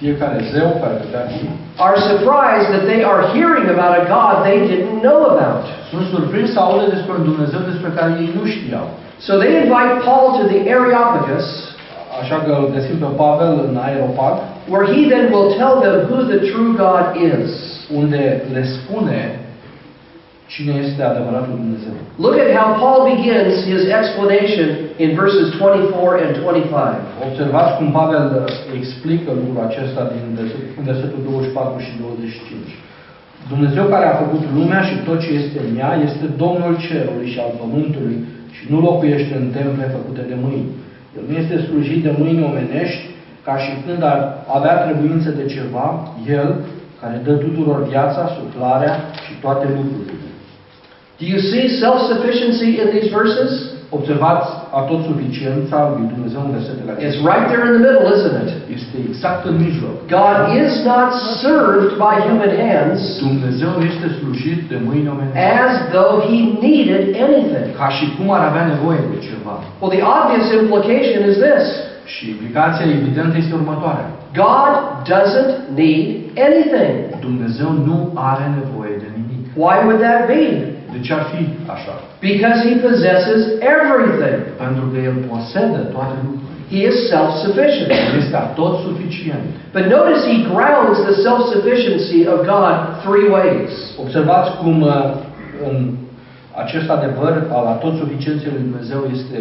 fiecare zeu, care credeau în are surprised that they are hearing about a God they didn't know about. sunt surprins să audă despre un Dumnezeu despre care ei nu știau. So they invite Paul to the Areopagus, Așa că îl găsim pe Pavel în aeropag, where he then will tell them who the true God is. unde le spune cine este adevăratul Dumnezeu. Look at how Paul begins his explanation in verses 24 and 25. Observați cum Pavel uh, explică lucrul acesta din verset- în versetul 24 și 25. Dumnezeu care a făcut lumea și tot ce este în ea este Domnul cerului și al pământului și nu locuiește în temple făcute de mâini. El nu este slujit de mâini omenești, ca și când ar avea trebuință de ceva, El, care dă tuturor viața, suflarea și toate lucrurile. Do you see self sufficiency in these verses? Observați atotsuficiența lui Dumnezeu în versetele It's acestea. right there in the middle, isn't it? Este exact în mijloc. God is not served by human hands Dumnezeu este slujit de mâini omenești. as though he needed anything. Ca și cum ar avea nevoie de ceva. Well, the obvious implication is this Și implicația evidentă este următoarea. God doesn't need anything. Dumnezeu nu are nevoie de nimic. Why would that be? De ce ar fi așa? Because he possesses everything, Pentru că El posedă toate lucrurile. he is self sufficient. El este tot suficient. But notice he grounds the self sufficiency of God three ways. Observați cum uh, în acest adevăr al tot suficienței lui Dumnezeu este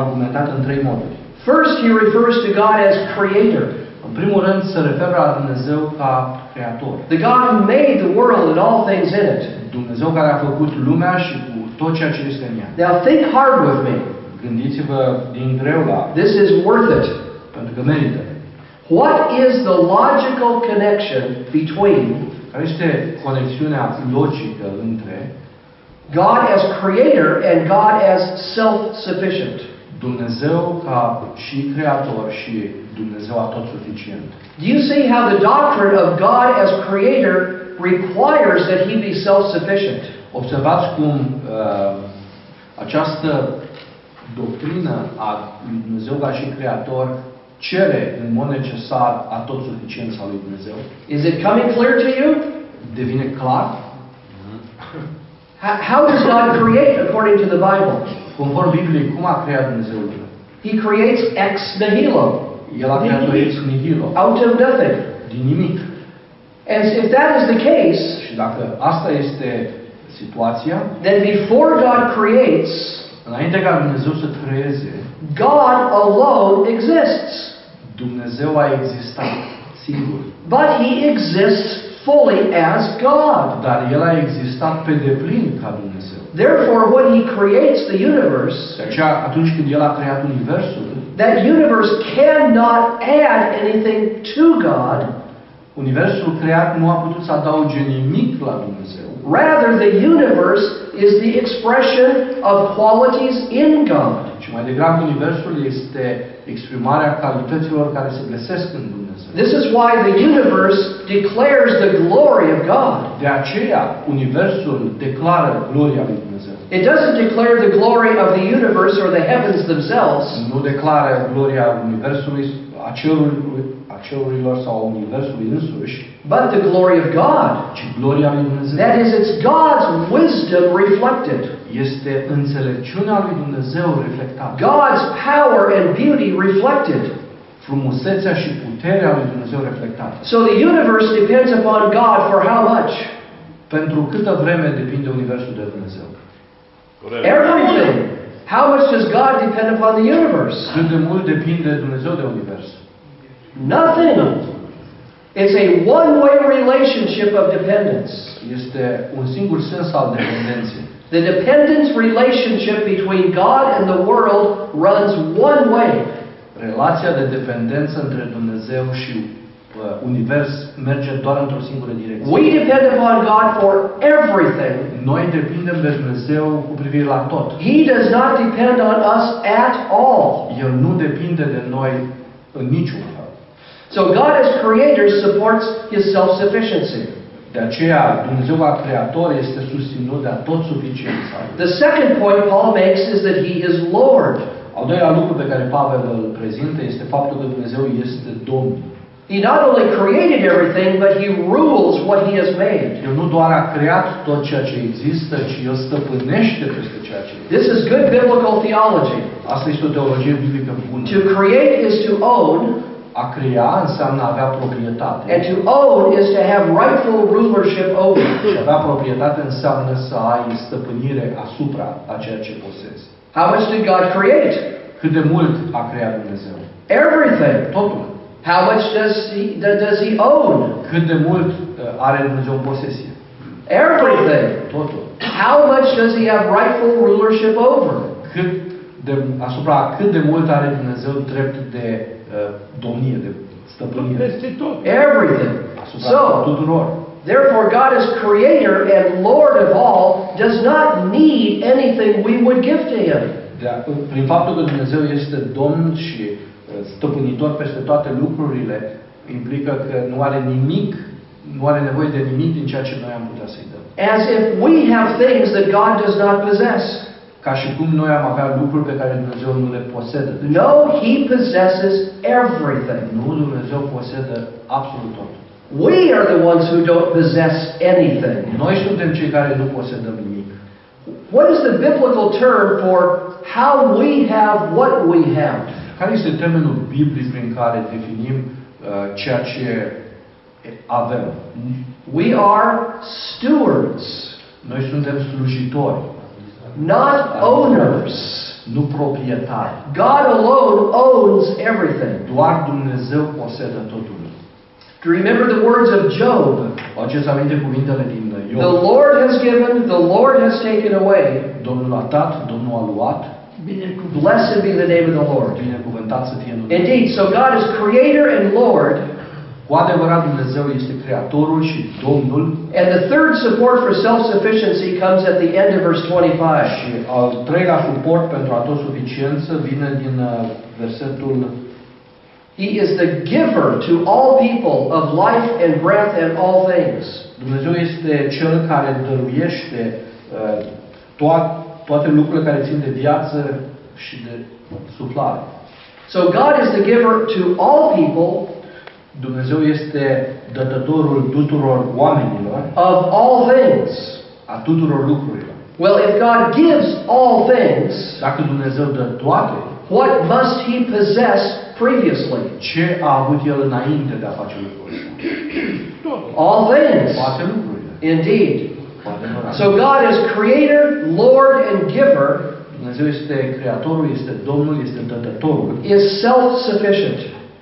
argumentat în trei moduri. First, he refers to God as creator, În primul rând se referă la Dumnezeu ca creator. the God who made the world and all things in it. Dumnezeu care a făcut lumea și cu tot ceea ce este în ea. Now think hard with me. Gândiți-vă din greu la, This is worth it. pentru că merită. What is the logical connection between Care este conexiunea logică între God as creator and God as self sufficient? Dumnezeu ca și creator și Dumnezeu atot suficient? Do you see how the doctrine of God as creator requires that he be self sufficient? Observați cum uh, această doctrină a lui Dumnezeu ca și creator cere în mod necesar atot suficiența lui Dumnezeu. Is it coming clear to you? Devine clar, How how does God create according to the Bible? conform Bibliei, cum a creat Dumnezeu lumea. He creates ex nihilo, El a creat o ex nihilo, out of nothing. din nimic. And if that is the case, Și dacă asta este situația, then before God creates, Înainte ca Dumnezeu să creeze, God alone exists, Dumnezeu a existat singur. but he exists fully as God. Dar El a existat pe deplin ca Dumnezeu. Therefore, when he creates the universe, De aceea, atunci când El a creat Universul, that universe cannot add anything to God. Universul creat nu a putut să adauge nimic la Dumnezeu, Rather, the universe is the expression of qualities in God. ci mai degrabă Universul este exprimarea calităților care se găsesc în Dumnezeu. This is why the universe declares the glory of God. De aceea, Universul declară gloria lui Dumnezeu. It doesn't declare the glory of the universe or the heavens themselves. Nu declară gloria Universului, a cerului, a cerurilor sau a Universului însuși, but the glory of God. ci gloria lui Dumnezeu. That is, it's God's wisdom reflected, Este înțelepciunea lui Dumnezeu reflectată. God's power and beauty reflected. Frumusețea și puterea lui Dumnezeu reflectată. So the universe depends upon God for how much? Pentru câtă vreme depinde Universul de Dumnezeu? Everything. How much does God depend upon the universe? Cât de mult depinde Dumnezeu de Univers? Nothing. It's a one way relationship of dependence. Este un singur sens al dependenței. The dependence relationship between God and the world runs one way. Relația de dependență între Dumnezeu și uh, Univers merge doar într-o singură direcție. We depend upon God for everything. Noi depindem de Dumnezeu cu privire la tot. He does not depend on us at all. El nu depinde de noi în niciun fel. So God as creator supports his self-sufficiency. De aceea, Dumnezeu ca Creator este susținut de tot suficiența. The second point Paul makes is that he is Lord. Al doilea lucru pe care Pavel îl prezintă este faptul că Dumnezeu este Domn. He not only created everything, but he rules what he has made. El nu doar a creat tot ceea ce există, ci El stăpânește peste ceea ce există. This is good biblical theology. Asta este o teologie biblică bună. To create is to own, A crea înseamnă a avea proprietate. and to own is to have rightful rulership over. Și a avea proprietate înseamnă să ai stăpânire asupra a ceea ce posezi. How much did God create? Cât de mult a creat Dumnezeu? Everything. Totul. How much does he, do- does he own? Cât de mult uh, are Dumnezeu în posesie? Everything. Totul. How much does he have rightful rulership over? Cât de, asupra cât de mult are Dumnezeu drept de uh, domnie, de stăpânire. Peste tot. Everything. Asupra So, tuturor. therefore, God as creator and Lord of all does not need anything we would give to him. De a, prin faptul că Dumnezeu este Domn și uh, stăpânitor peste toate lucrurile, implică că nu are nimic, nu are nevoie de nimic din ceea ce noi am putea să-i dăm. as if we have things that God does not possess. Ca și cum noi am avea lucruri pe care Dumnezeu nu le posedă. Deci No, He possesses everything. Nu, Dumnezeu posedă absolut totul. We are the ones who don't possess anything. Noi suntem cei care nu posedăm nimic. What is the biblical term for how we have what we have? Care este termenul biblic prin care definim uh, ceea ce avem? We are stewards, Noi suntem slujitori, not owners. nu proprietari. God alone owns everything. Doar Dumnezeu posedă totul. Do you remember the words of Job? Faceți aminte cuvintele din The Iov. Lord has given, the Lord has taken away. Domnul a dat, Domnul a luat, Binecuvântat. Blessed be the name of the Lord. binecuvântat să fie numele. Indeed, so God is creator and Lord. Cu adevărat Dumnezeu este Creatorul și Domnul. And the third support for self sufficiency comes at the end of verse 25. Și al treilea suport pentru autosuficiență vine din uh, versetul He is the giver to all people of life and breath and all things. Dumnezeu este Cel care dăruiește uh, toa- toate lucrurile care țin de viață și de suflare. So God is the giver to all people Dumnezeu este dătătorul tuturor oamenilor, of all things. a tuturor lucrurilor. Well, if God gives all things, Dacă Dumnezeu dă toate, what must he possess previously? ce a avut El înainte de a face lucrurile? Tot. All things. Toate lucrurile. Indeed. Cu adevărat. So God is creator, Lord, and giver Dumnezeu este Creatorul, este Domnul, este Dătătorul is self sufficient.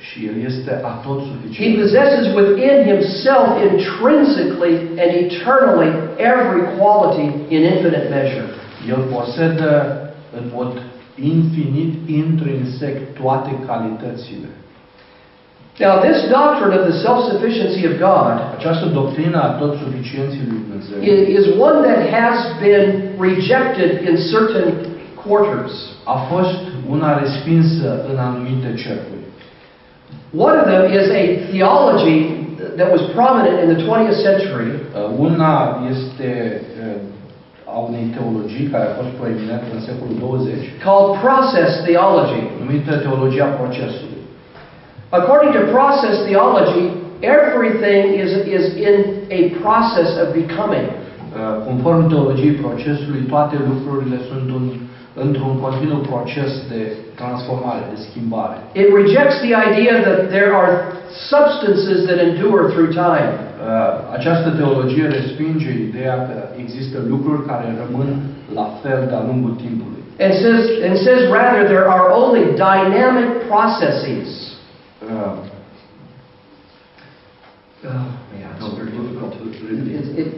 și El este atot He suficient. possesses within himself intrinsically and eternally every quality in infinite measure. El posedă în mod infinit, intrinsec, toate calitățile. Now, this doctrine of the self sufficiency of God Această doctrină a tot suficienții lui Dumnezeu i- is one that has been rejected in certain quarters. a fost una respinsă în anumite cercuri. One of them is a theology that was prominent in the 20th century Uh, Una este uh, a unei teologii care a fost proeminentă în secolul 20, called process theology. numită teologia procesului. According to process theology, everything is, is in a process of becoming. Uh, Conform teologiei procesului, toate lucrurile sunt un, într-un continuu proces de transformare, de schimbare. It rejects the idea that there are substances that endure through time. Uh, Această teologie respinge ideea că există lucruri care rămân la fel de-a lungul timpului. And says, and says rather there are only dynamic processes. Uh, Oh, yeah, it's very difficult to read. It, it,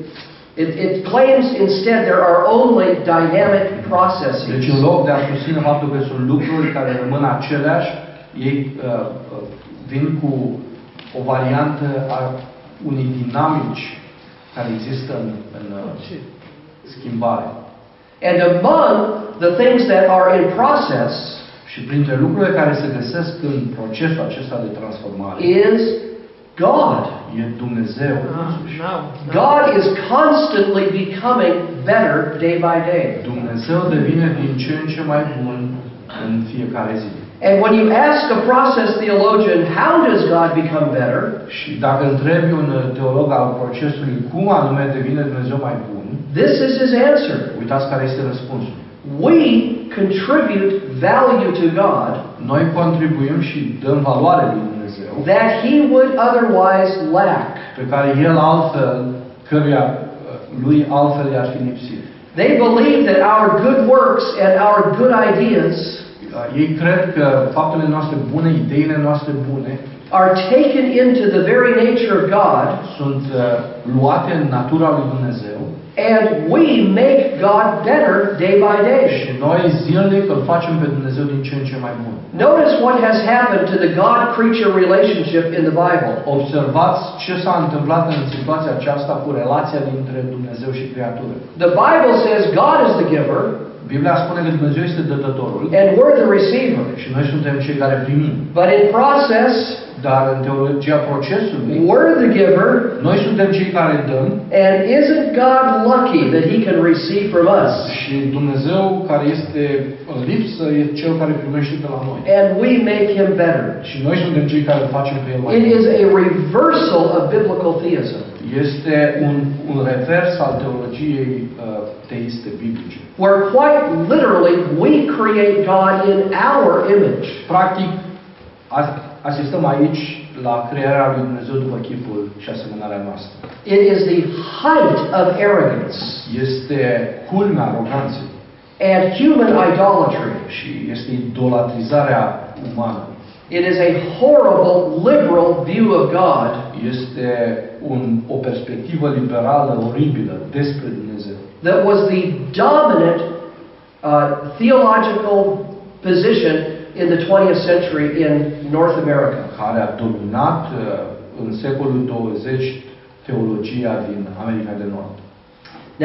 it, it claims instead there are only dynamic Deci în processes. loc de a susține faptul că sunt lucruri care rămân aceleași, ei uh, uh, vin cu o variantă a unei dinamici care există în, în uh, schimbare. And among the things that are in process Și printre lucrurile care se găsesc în procesul acesta de transformare is God. e Dumnezeu Ah, însuși. Now, now. God is constantly becoming better day by day. Dumnezeu devine din ce în ce mai bun în fiecare zi. And when you ask a process theologian, how does God become better? Și dacă întrebi un uh, teolog al procesului cum anume devine Dumnezeu mai bun, This is his answer. uitați care este răspunsul. We contribute value to God Noi contribuim și dăm valoare lui Dumnezeu that he would otherwise lack. pe care El altfel, căruia lui altfel i-ar fi lipsit. They believe that our good works and our good ideas Ei cred că faptele noastre bune, ideile noastre bune, are taken into the very nature of God sunt uh, luate în natura lui Dumnezeu and we make God better day by day. și noi zilnic îl facem pe Dumnezeu din ce în ce mai bun. Notice what has happened to the God creature relationship in the Bible. Observați ce s-a întâmplat în situația aceasta cu relația dintre Dumnezeu și creatură. The Bible says God is the giver Biblia spune că Dumnezeu este dătătorul and we're the receiver. și noi suntem cei care primim. But in process, Dar în teologia procesului, we're the giver Noi suntem cei care dăm And isn't God lucky that He can receive from us? și Dumnezeu care este în lipsă e cel care primește de la noi. And we make Him better. Și noi suntem cei care îl facem pe el mai It is bun. a reversal of biblical theism, Este un, un revers al teologiei uh, teiste biblice. where quite literally we create God in our image. Practic, as- asistăm aici la crearea lui Dumnezeu după chipul și asemănarea noastră. It is the height of arrogance Este culmea aroganței and human idolatry. și este idolatrizarea umană. It is a horrible liberal view of God Este un, o perspectivă liberală oribilă despre Dumnezeu. that was the dominant uh, theological position in the 20th century in North America. care a dominat uh, în secolul 20 teologia din America de Nord.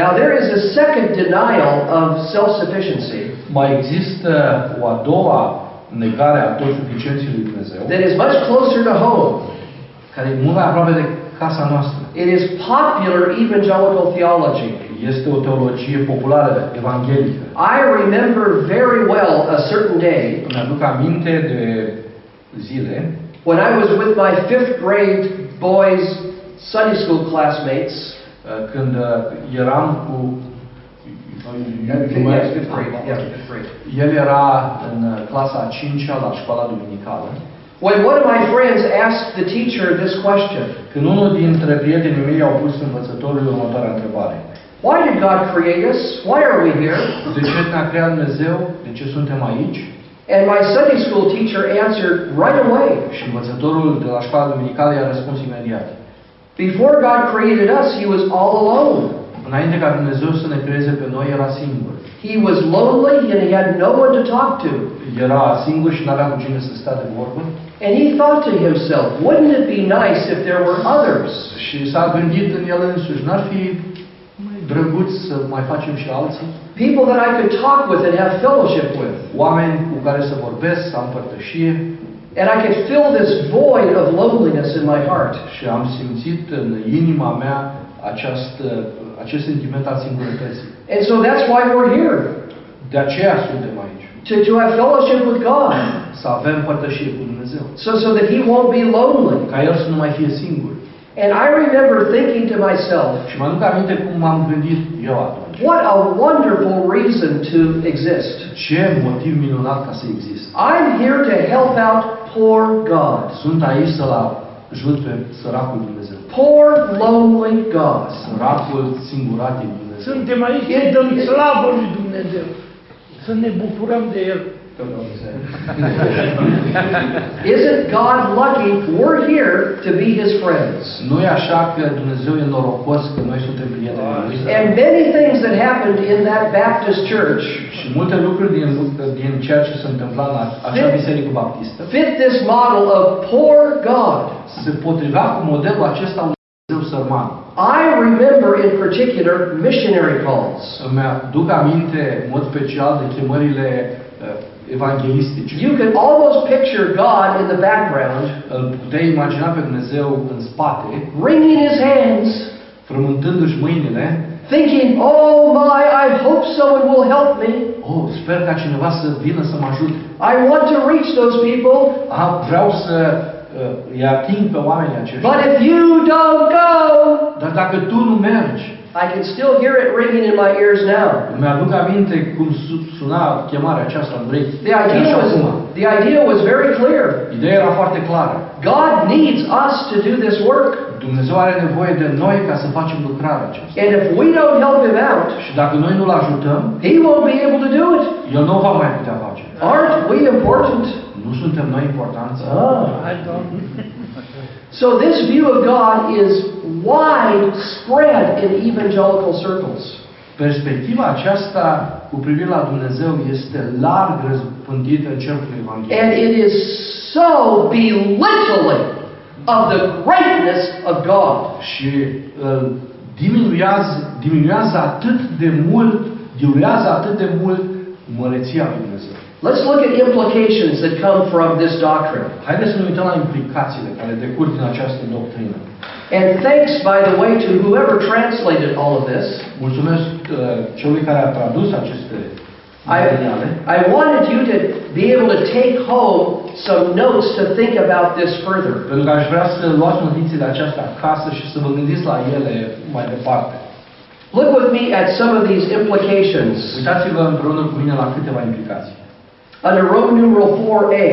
Now, there is a second denial of self sufficiency Mai există o a doua negare a tot suficienții lui Dumnezeu, that is much closer to home. care e mult mai aproape de casa noastră. It is popular evangelical theology. Este o teologie populară, evanghelică. I remember very well a certain day Îmi aduc aminte de zile when I was with my fifth grade boys' Sunday school classmates. uh, când uh, eram cu... Yes, fifth grade. Yeah, fifth grade. El era în uh, clasa a 5-a la școala duminicală. When one of my friends asked the teacher this question Când unul dintre prietenii mei au pus învățătorului următoarea întrebare. Why did God create us? Why are we here? De ce ne-a creat Dumnezeu? De ce suntem aici? And my Sunday school teacher answered right away. Și învățătorul de la școala duminicală i-a răspuns imediat. Before God created us, He was all alone. Înainte ca Dumnezeu să ne creeze pe noi, era singur. He was lonely and he had no one to talk to. Era singur și n-avea cu cine să stea de vorbă. And he thought to himself, wouldn't it be nice if there were others? Și s-a gândit în el însuși, n-ar fi drăguți să mai facem și alții, People that I could talk with and have fellowship with. oameni cu care să vorbesc, să am părtășie And I could fill this void of loneliness in my heart. și am simțit în inima mea această, acest sentiment al singurătății. And so that's why we're here, De aceea suntem aici, to, to have fellowship with God, să avem părtășie cu Dumnezeu, so, so that He won't be lonely. ca El să nu mai fie singur. And I remember thinking to myself, Și mă aduc aminte cum m-am gândit eu atunci. what a wonderful reason to exist. Ce motiv minunat ca să exist. I'm here to help out poor gods, Sunt aici să-L ajut pe săracul Dumnezeu. poor, lonely gods. Săracul singuratic Dumnezeu. Suntem aici să dăm slavă lui Dumnezeu. Să ne bucurăm de El. Isn't God lucky we're here to be His friends? Nu e așa că Dumnezeu e norocos că noi suntem prietenii Lui. And many things that happened in that Baptist church Și multe lucruri din, din ceea ce se întâmpla la acea biserică baptistă fit this model of poor God. se potrivea cu modelul acesta unui Dumnezeu sărman. I remember in particular missionary calls. Îmi aduc aminte în mod special de chemările uh, evanghelistice. You could almost picture God in the background, Îl puteai imagina pe Dumnezeu în spate, wringing his hands, frământându-și mâinile. thinking, Oh my, I hope someone will help me. Oh, sper ca cineva să vină să mă ajute. I want to reach those people, Ah, vreau să uh, îi ating pe oamenii aceștia. but if you don't go, Dar dacă tu nu mergi, I can still hear it ringing in my ears now. Îmi aduc aminte cum su- suna chemarea aceasta în urechi. The idea Așa was, sună. the idea was very clear. Ideea era foarte clară. God needs us to do this work, Dumnezeu are nevoie de noi ca să facem lucrarea aceasta. and if we don't help him out, Și dacă noi nu-L ajutăm, he won't be able to do it. El nu o va mai putea face. Aren't we important? Nu suntem noi importanți. Da. Hai, Doamne. So this view of God is widespread in evangelical circles. Perspectiva aceasta cu privire la Dumnezeu este larg răspândită în cercul And Evangheliei. it is so belittling of the greatness of God. Și îl diminuează, diminuează atât de mult, diluează atât de mult măreția lui Dumnezeu. Let's look at implications that come from this doctrine. Haideți să ne uităm la implicațiile care decurg din această doctrină. And thanks, by the way, to whoever translated all of this. Mulțumesc uh, celui care a tradus aceste I, materiale. I wanted you to be able to take home some notes to think about this further. Pentru că aș vrea să luați notițele acestea acasă și să vă gândiți la ele mai departe. Look with me at some of these implications. Uitați-vă împreună cu mine la câteva implicații. Under Roman numeral 4a,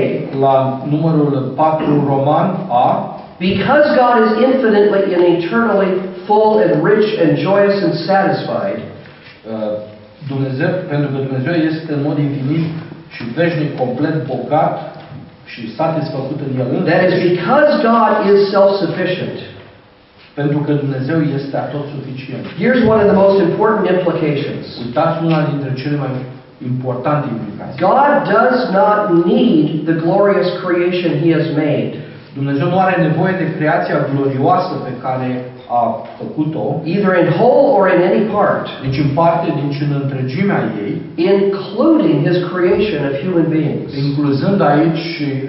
La numărul 4 roman A, Because God is infinitely and eternally full and rich and joyous and satisfied, uh, Dumnezeu, pentru că Dumnezeu este în mod infinit și veșnic complet bogat și satisfăcut în el that însuși, is because God is self sufficient. pentru că Dumnezeu este atot suficient. Here's one of the most important implications Uitați una dintre cele mai importante implicații. God does not need the glorious creation He has made, Dumnezeu nu are nevoie de creația glorioasă pe care a făcut-o, either in whole or in any part, nici în parte, nici în întregimea ei, including His creation of human beings. incluzând aici și uh,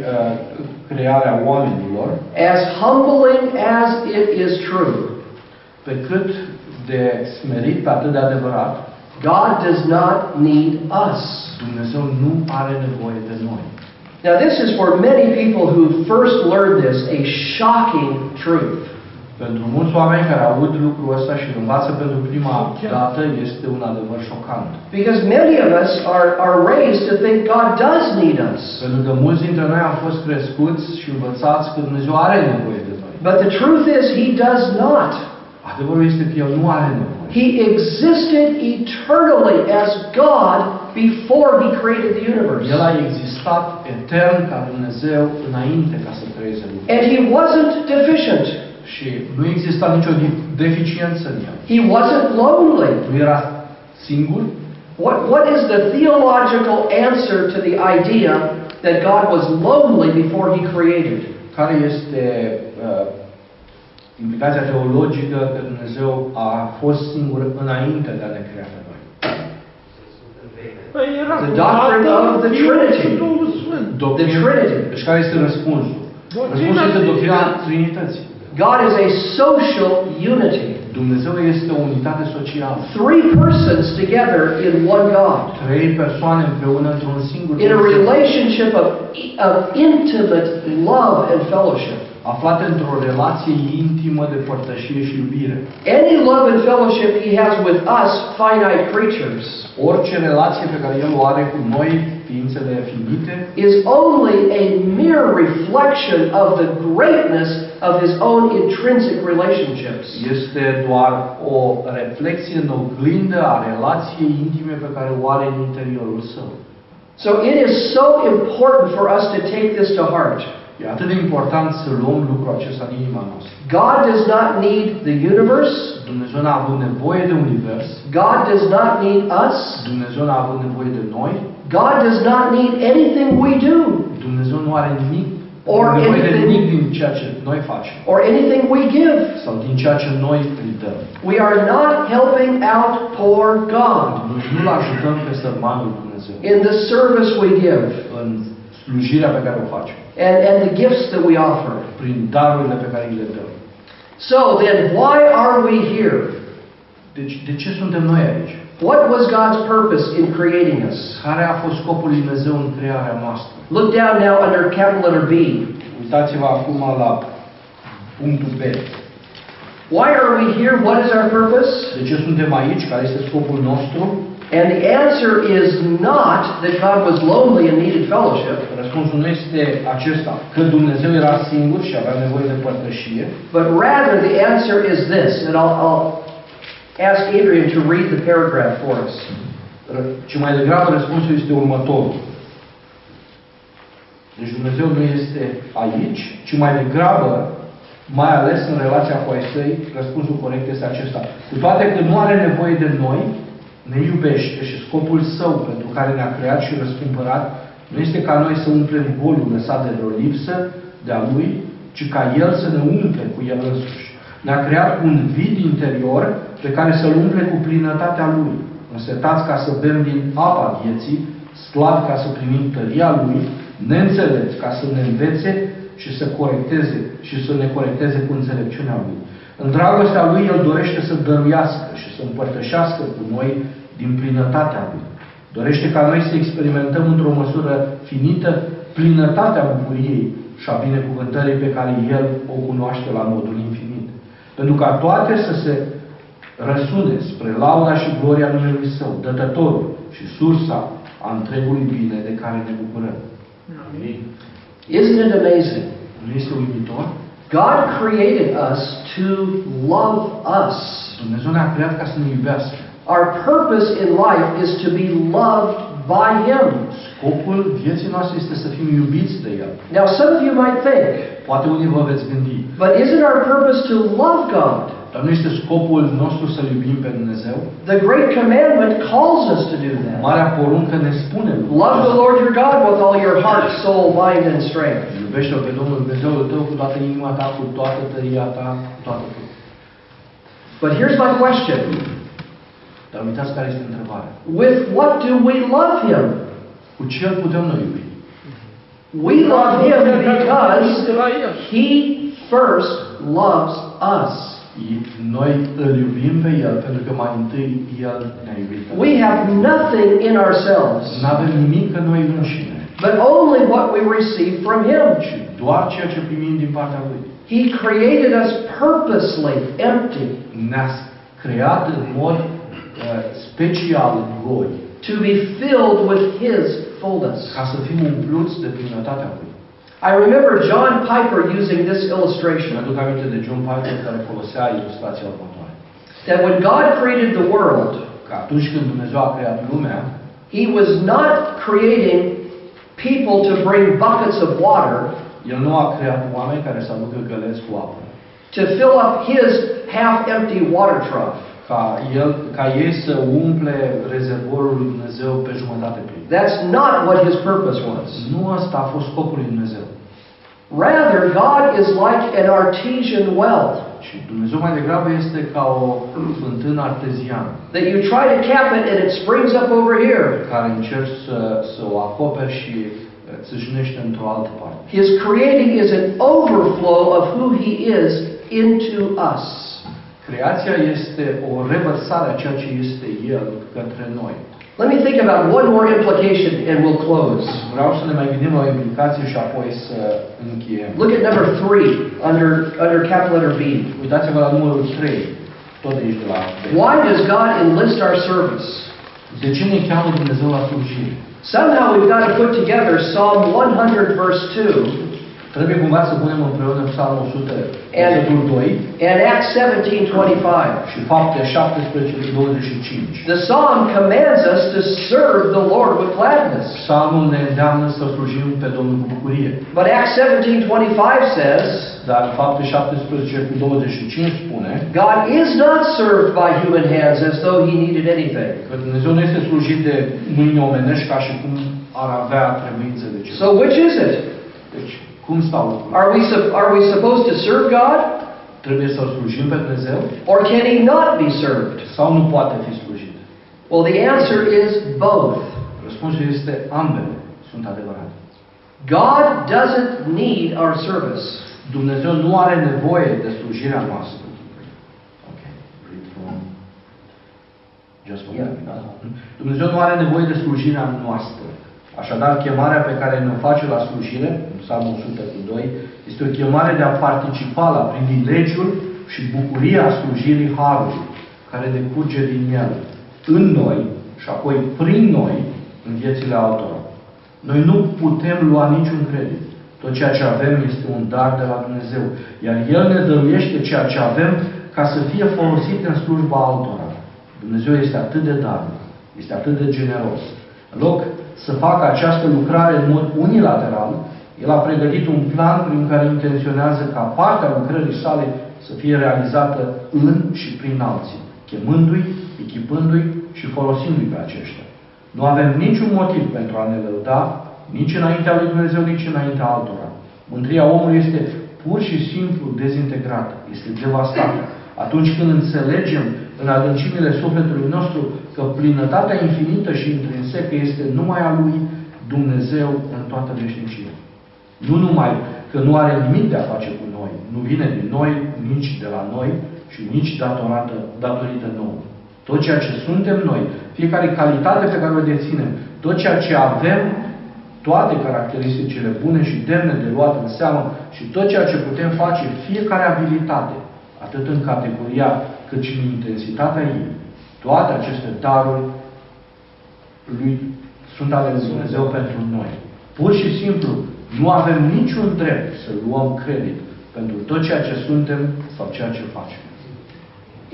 crearea oamenilor, As humbling as it is true, pe cât de smerit, pe atât de adevărat, God does not need us. Dumnezeu nu are nevoie de noi. Now, this is for many people who first learned this a shocking truth. Pentru mulți oameni care aud lucrul ăsta și îl învață pentru prima dată, este un adevăr șocant. Because many of us are, are raised to think God does need us. Pentru că mulți dintre noi am fost crescuți și învățați că Dumnezeu are nevoie de noi. But the truth is, He does not. Adevărul este că El nu are nevoie. He existed eternally as God before He created the universe. El a existat etern ca Dumnezeu înainte ca să creeze lumea. And He wasn't deficient, Și nu exista nicio di- deficiență în el. He wasn't lonely. Nu era singur. What, what is the theological answer to the idea that God was lonely before He created? Care este uh, Implicația teologică că Dumnezeu a fost singur înainte de a ne crea pe noi. Păi era The cu doctrine Tatăl, of the Fiul Trinity. și Duhul Sfânt. The Trinity. Deci care este răspunsul? Doctrina Răspunsul este doctrina Trinității. Trinității. God is a social unity. Dumnezeu este o unitate socială. Three persons together in one God. Trei persoane împreună într-un singur In a Dumnezeu, relationship of, of intimate love and fellowship. aflate într-o relație intimă de părtășie și iubire. Any love and fellowship He has with us, finite creatures, Orice relație pe care El o are cu noi, ființele finite, is only a mere reflection of the greatness of His own intrinsic relationships. este doar o reflexie în oglindă a relației intime pe care o are în interiorul său. So it is so important for us to take this to heart. E atât de important să luăm lucrul acesta în inima noastră. God does not need the universe. Dumnezeu n-a avut nevoie de univers, God does not need us. Dumnezeu n-a avut nevoie de noi, God does not need anything we do Dumnezeu nu are nimic, Or nevoie de anything. nimic din ceea ce noi facem or anything we give. sau din ceea ce noi îi dăm. We are not helping out poor God Noi nu-L ajutăm pe sărmanul Dumnezeu in the service we give în slujirea pe care o facem, and, and the gifts that we offer. prin darurile pe care îi le dăm. So then, why are we here? Deci, de ce suntem noi aici? What was God's purpose in creating us? Care a fost scopul lui Dumnezeu în crearea noastră? Look down now under capital letter B. Uitați-vă acum la punctul B. Why are we here? What is our purpose? De ce suntem aici? Care este scopul nostru? And the answer is not that God was lonely and needed fellowship, Răspunsul nu este acesta, că Dumnezeu era singur și avea nevoie de părtășie, but rather the answer is this, and I'll, I'll ask Adrian to read the paragraph for us. Ră- ci mai degrabă răspunsul este următorul. Deci Dumnezeu nu este aici, ci mai degrabă, mai ales în relația cu ai săi, răspunsul corect este acesta. Cu toate că nu are nevoie de noi, ne iubește și scopul său pentru care ne-a creat și răscumpărat nu este ca noi să umplem golul lăsat de vreo lipsă de-a lui, ci ca el să ne umple cu el însuși. Ne-a creat un vid interior pe care să-l umple cu plinătatea lui, însetați ca să bem din apa vieții, sclavi ca să primim tăria lui, neînțelepți ca să ne învețe și să corecteze și să ne corecteze cu înțelepciunea lui. În dragostea lui el dorește să dăruiască și să împărtășească cu noi din plinătatea lui. Dorește ca noi să experimentăm într-o măsură finită plinătatea bucuriei și a binecuvântării pe care El o cunoaște la modul infinit. Pentru ca toate să se răsune spre lauda și gloria numelui Său, Dătătorul și sursa a întregului bine de care ne bucurăm. Amin. Isn't it amazing? Nu este uimitor? God created us to love us. Dumnezeu ne-a creat ca să ne iubească. Our purpose in life is to be loved by Him. Scopul vieții noastre este să fim iubiți de El. Now, some of you might think, Poate unii vă veți gândi, but isn't our purpose to love God? dar nu este scopul nostru să-L iubim pe Dumnezeu? The great commandment calls us to do that. Marea poruncă ne spune Love the Lord your God with all your heart, soul, mind, and strength. Iubește-L pe Domnul Dumnezeul tău cu toată inima ta, cu toată tăria ta, cu toată tău. But here's my question Dar uitați care este întrebarea. With what do we love Him? Cu ce îl putem noi iubi? We love Him because Israel. He first loves us. Noi îl iubim pe El pentru că mai întâi El ne-a iubit. We have nothing in ourselves, Nu avem nimic că noi înșine, but only what we receive from Him. ci doar ceea ce primim din partea Lui. He created us purposely empty Ne-a creat în mod uh, special goi, to be filled with His fullness. ca să fim umpluți de plinătatea Lui. I remember John Piper using this Și illustration aduc aminte de John Piper care folosea ilustrația următoare. that when God created the world, Că atunci când Dumnezeu a creat lumea, He was not creating people to bring buckets of water El nu a creat oameni care să aducă găleți cu apă, to fill up his half empty water trough. ca, el, ca ei să umple rezervorul lui Dumnezeu pe jumătate plin. Deci That's not what his purpose was. Nu asta a fost scopul lui Dumnezeu, Rather, God is like an artesian well. Și Dumnezeu mai degrabă este ca o fântână arteziană That you try to cap it and it springs up over here. care încerci să, să o acoperi și uh, țâșnește într-o altă parte. His creating is an overflow of who He is into us. Creația este o revărsare a ceea ce este El către noi. Let me think about one more implication and we'll close. Vreau să ne mai gândim la o implicație și apoi să încheiem. Look at number three under, under capital letter B. Uitați-vă la numărul 3, tot de aici de la B. Why does God enlist our service? De ce ne cheamă Dumnezeu la slujire? Somehow we've got to put together Psalm 100, verse 2, Trebuie cumva să punem împreună Psalmul 100, versetul 2 and Acts 17, 25. și fapte 17 cu 25. The psalm commands us to serve the Lord with gladness. Psalmul ne îndeamnă să slujim pe Domnul cu bucurie. But Acts 17, 25 says, Dar fapte 17 cu 25 spune God is not served by human hands as though he needed anything. că Dumnezeu nu este slujit de mâini omenești ca și cum ar avea trebuință de ceva. So which is it? Deci, cum stau lucrurile? Are we, sup- are we supposed to serve God Trebuie să slujim pe Dumnezeu or can he not be served? sau nu poate fi slujit? Well, the answer is both. Răspunsul este ambele sunt adevărate. God doesn't need our service. Dumnezeu nu are nevoie de slujirea noastră. Ok. Read from... Just from Yeah. that. Dumnezeu nu are nevoie de slujirea noastră. Așadar, chemarea pe care ne-o face la slujire, în Psalmul 102, este o chemare de a participa la privilegiul și bucuria slujirii Harului, care decurge din el, în noi și apoi prin noi, în viețile altora. Noi nu putem lua niciun credit. Tot ceea ce avem este un dar de la Dumnezeu. Iar El ne dăruiește ceea ce avem ca să fie folosit în slujba altora. Dumnezeu este atât de darnic, este atât de generos. În loc să facă această lucrare în mod unilateral, El a pregătit un plan prin care intenționează ca partea lucrării sale să fie realizată în și prin alții, chemându-i, echipându-i și folosindu-i pe aceștia. Nu avem niciun motiv pentru a ne lăuda, nici înaintea lui Dumnezeu, nici înaintea altora. Mândria omului este pur și simplu dezintegrată, este devastată. Atunci când înțelegem în adâncimile sufletului nostru că plinătatea infinită și intrinsecă este numai a lui Dumnezeu în toată veșnicia. Nu numai că nu are nimic de a face cu noi, nu vine din noi, nici de la noi și nici datorată, datorită nouă. Tot ceea ce suntem noi, fiecare calitate pe care o deținem, tot ceea ce avem, toate caracteristicile bune și demne de luat în seamă și tot ceea ce putem face, fiecare abilitate, atât în categoria cât și în intensitatea ei, toate aceste daruri lui sunt ale lui Dumnezeu pentru noi. Pur și simplu, nu avem niciun drept să luăm credit pentru tot ceea ce suntem sau ceea ce facem.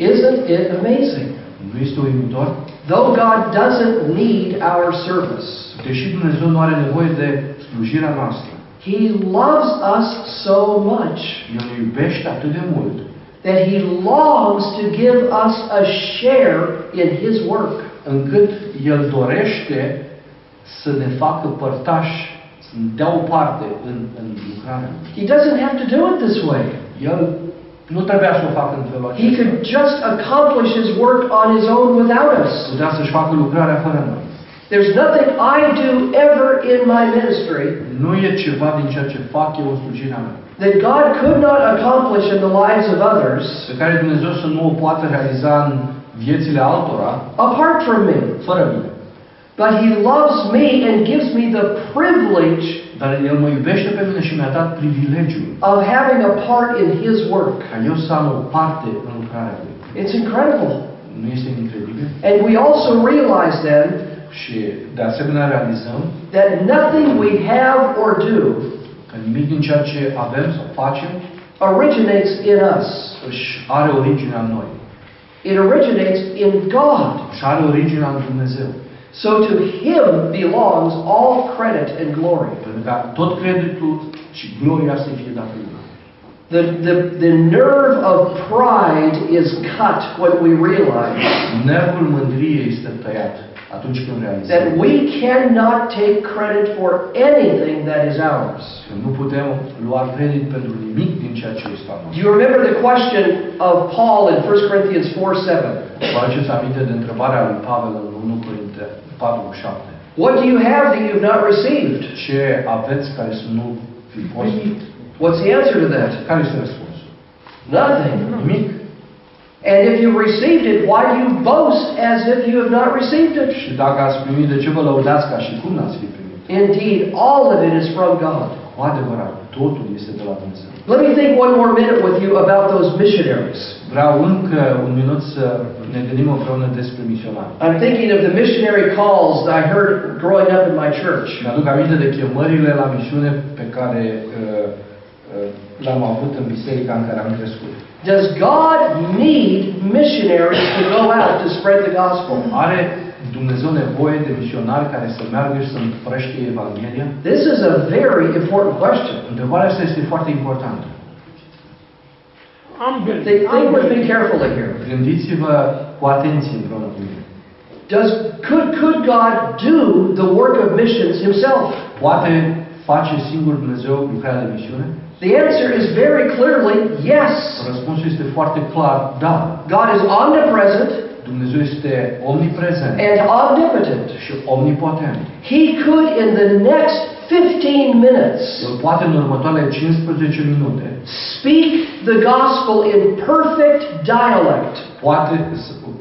Isn't it amazing? Nu este uimitor? Though God doesn't need our service, Deși Dumnezeu nu are nevoie de slujirea noastră, He loves us so much El ne iubește atât de mult, that He longs to give us a share in His work. încât El dorește să ne facă părtași, să ne dea o parte în, în lucrarea Lui. He doesn't have to do it this way. El nu trebuia să o facă în felul He acesta. could just accomplish His work on His own without us. Putea să-și facă lucrarea fără noi. There's nothing I do ever in my ministry Nu e ceva din ceea ce fac eu în slujirea mea. that God could not accomplish in the lives of others pe care Dumnezeu să nu o poată realiza în viețile altora, apart from me. fără mine. But He loves me and gives me the privilege Dar El mă iubește pe mine și mi-a dat privilegiul of having a part in His work. ca eu să am o parte în lucrarea Lui. It's incredible. Nu este incredibil? And we also realize then Și de asemenea realizăm that nothing we have or do că nimic din ceea ce avem sau facem originates in us, își are originea în noi. it originates in God. Și are originea în Dumnezeu. So to Him belongs all credit and glory. Pentru ca tot creditul și gloria să fie dată lui. The, the, the nerve of pride is cut when we realize Nervul mândriei este tăiat atunci când realizăm that we cannot take credit for anything that is ours. că nu putem lua credit pentru nimic din ceea ce este al Do nostru. you remember the question of Paul in 1 Corinthians 4 7? Vă aduceți aminte de întrebarea lui Pavel în 1 Corinte 4 cu 7. What do you have that you've not received? Ce aveți care să nu fi fost? What's the answer to that? Care este răspunsul? Nothing. Nimic. And if you received it, why do you boast as if you have not received it? Și dacă ați primit, de ce vă lăudați ca și cum n-ați fi primit? Indeed, all of it is from God. Cu adevărat, totul este de la Dumnezeu. Let me think one more minute with you about those missionaries. Vreau încă un minut să ne gândim împreună despre misionari. I'm thinking of the missionary calls that I heard growing up in my church. Și mi-aduc aminte de chemările la misiune pe care uh, uh, le-am avut în biserica în care am crescut. Does God need missionaries to go out to spread the gospel? Are Dumnezeu nevoie de misionari care să meargă și să împrăștie Evanghelia? This is a very important question. Întrebarea asta este foarte importantă. Ambele. Think, think with me ambele. carefully here. Gândiți-vă cu atenție împreună cu mine. Does could could God do the work of missions Himself? Poate face singur Dumnezeu lucrarea de misiune? The answer is very clearly yes. Răspunsul este foarte clar, da. God is omnipresent Dumnezeu este omniprezent and omnipotent. și omnipotent. He could in the next 15 minutes El poate în următoarele 15 minute speak the gospel in perfect dialect poate,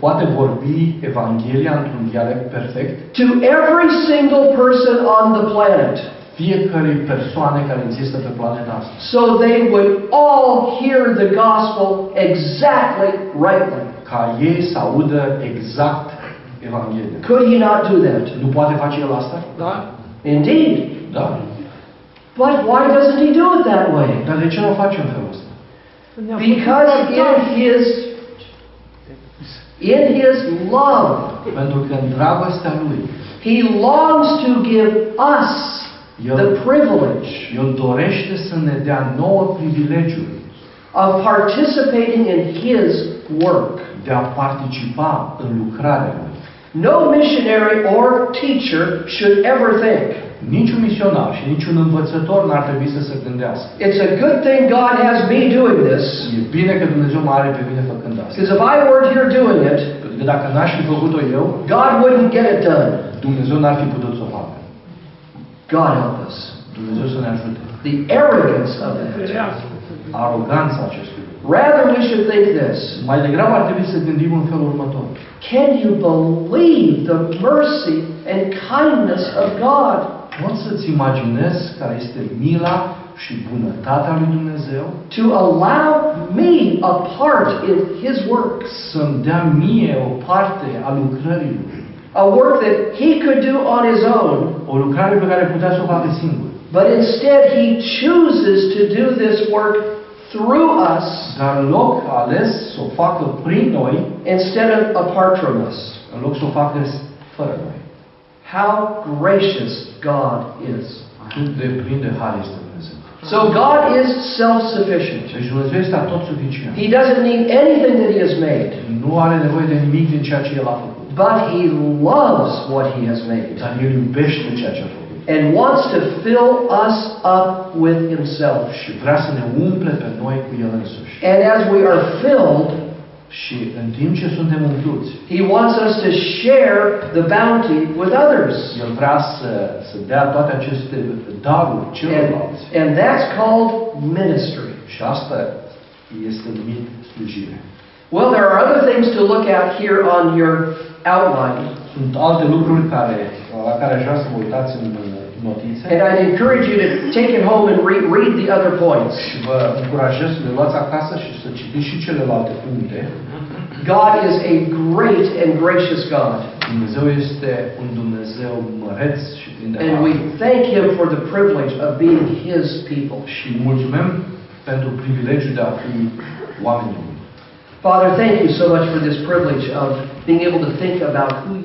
poate vorbi Evanghelia într-un dialect perfect to every single person on the planet. fiecărei persoane care există pe planeta asta. so they would all hear the gospel exactly rightly. Ca ei să audă exact Evanghelia. Could he not do that? Nu poate face el asta? Da? Indeed. Da. But why doesn't he do it that way? Dar de ce nu face în felul ăsta? Ne-a făcut Because artaș. in his in his love, Pentru că în dragostea lui, he longs to give us the el, privilege el dorește să ne dea nouă privilegiul of participating in his work. de a participa în lucrarea lui. No missionary or teacher should ever think Niciun misionar și niciun învățător n-ar trebui să se gândească. it's a good thing God has me doing this E bine că Dumnezeu mă are pe mine făcând asta. Because if I weren't here doing it, Pentru că dacă n-aș fi făcut-o eu, God wouldn't get it done. Dumnezeu n-ar fi putut să o facă. God help us. Dumnezeu să ne ajute. The arrogance of that. Ferească să fie. Aroganța acestui lucru. Rather, we should think this Mai degrabă ar trebui să gândim în felul următor. Can you believe the mercy and kindness of God Poți să-ți imaginezi care este mila și bunătatea lui Dumnezeu to allow me a part in His work? să-mi dea mie o parte a lucrării lui. A work that He could do on His own, O lucrare pe care putea să o facă singur. but instead He chooses to do this work through us Dar în loc a ales să o facă prin noi, instead of apart from us. în loc să o facă fără noi. How gracious God is. Cât de plin de har este Dumnezeu. So God is self sufficient. Deci Dumnezeu este tot suficient. He doesn't need anything that He has made, Nu are nevoie de nimic din ceea ce El a făcut. but He loves what He has made Dar El iubește ceea ce a făcut. and wants to fill us up with Himself. Și vrea să ne umple pe noi cu El însuși. And as we are filled, Și în timp ce suntem umpluți, He wants us to share the bounty with others. El vrea să, să dea toate aceste daruri And, celorlalți. and that's called ministry. Și asta este numit slujire. Well, there are other things to look at here on your outline, Sunt alte lucruri care, la care aș vrea să vă uitați în în notițe. and I'd encourage you to take it home and re- read the other points. Și vă încurajez să le luați acasă și să citiți și celelalte puncte. God is a great and gracious God, Dumnezeu este un Dumnezeu măreț și plin de and we har. thank Him for the privilege of being His people. Și mulțumim pentru privilegiul de a fi oameni buni. Father, thank you so much for this privilege of being able to think about who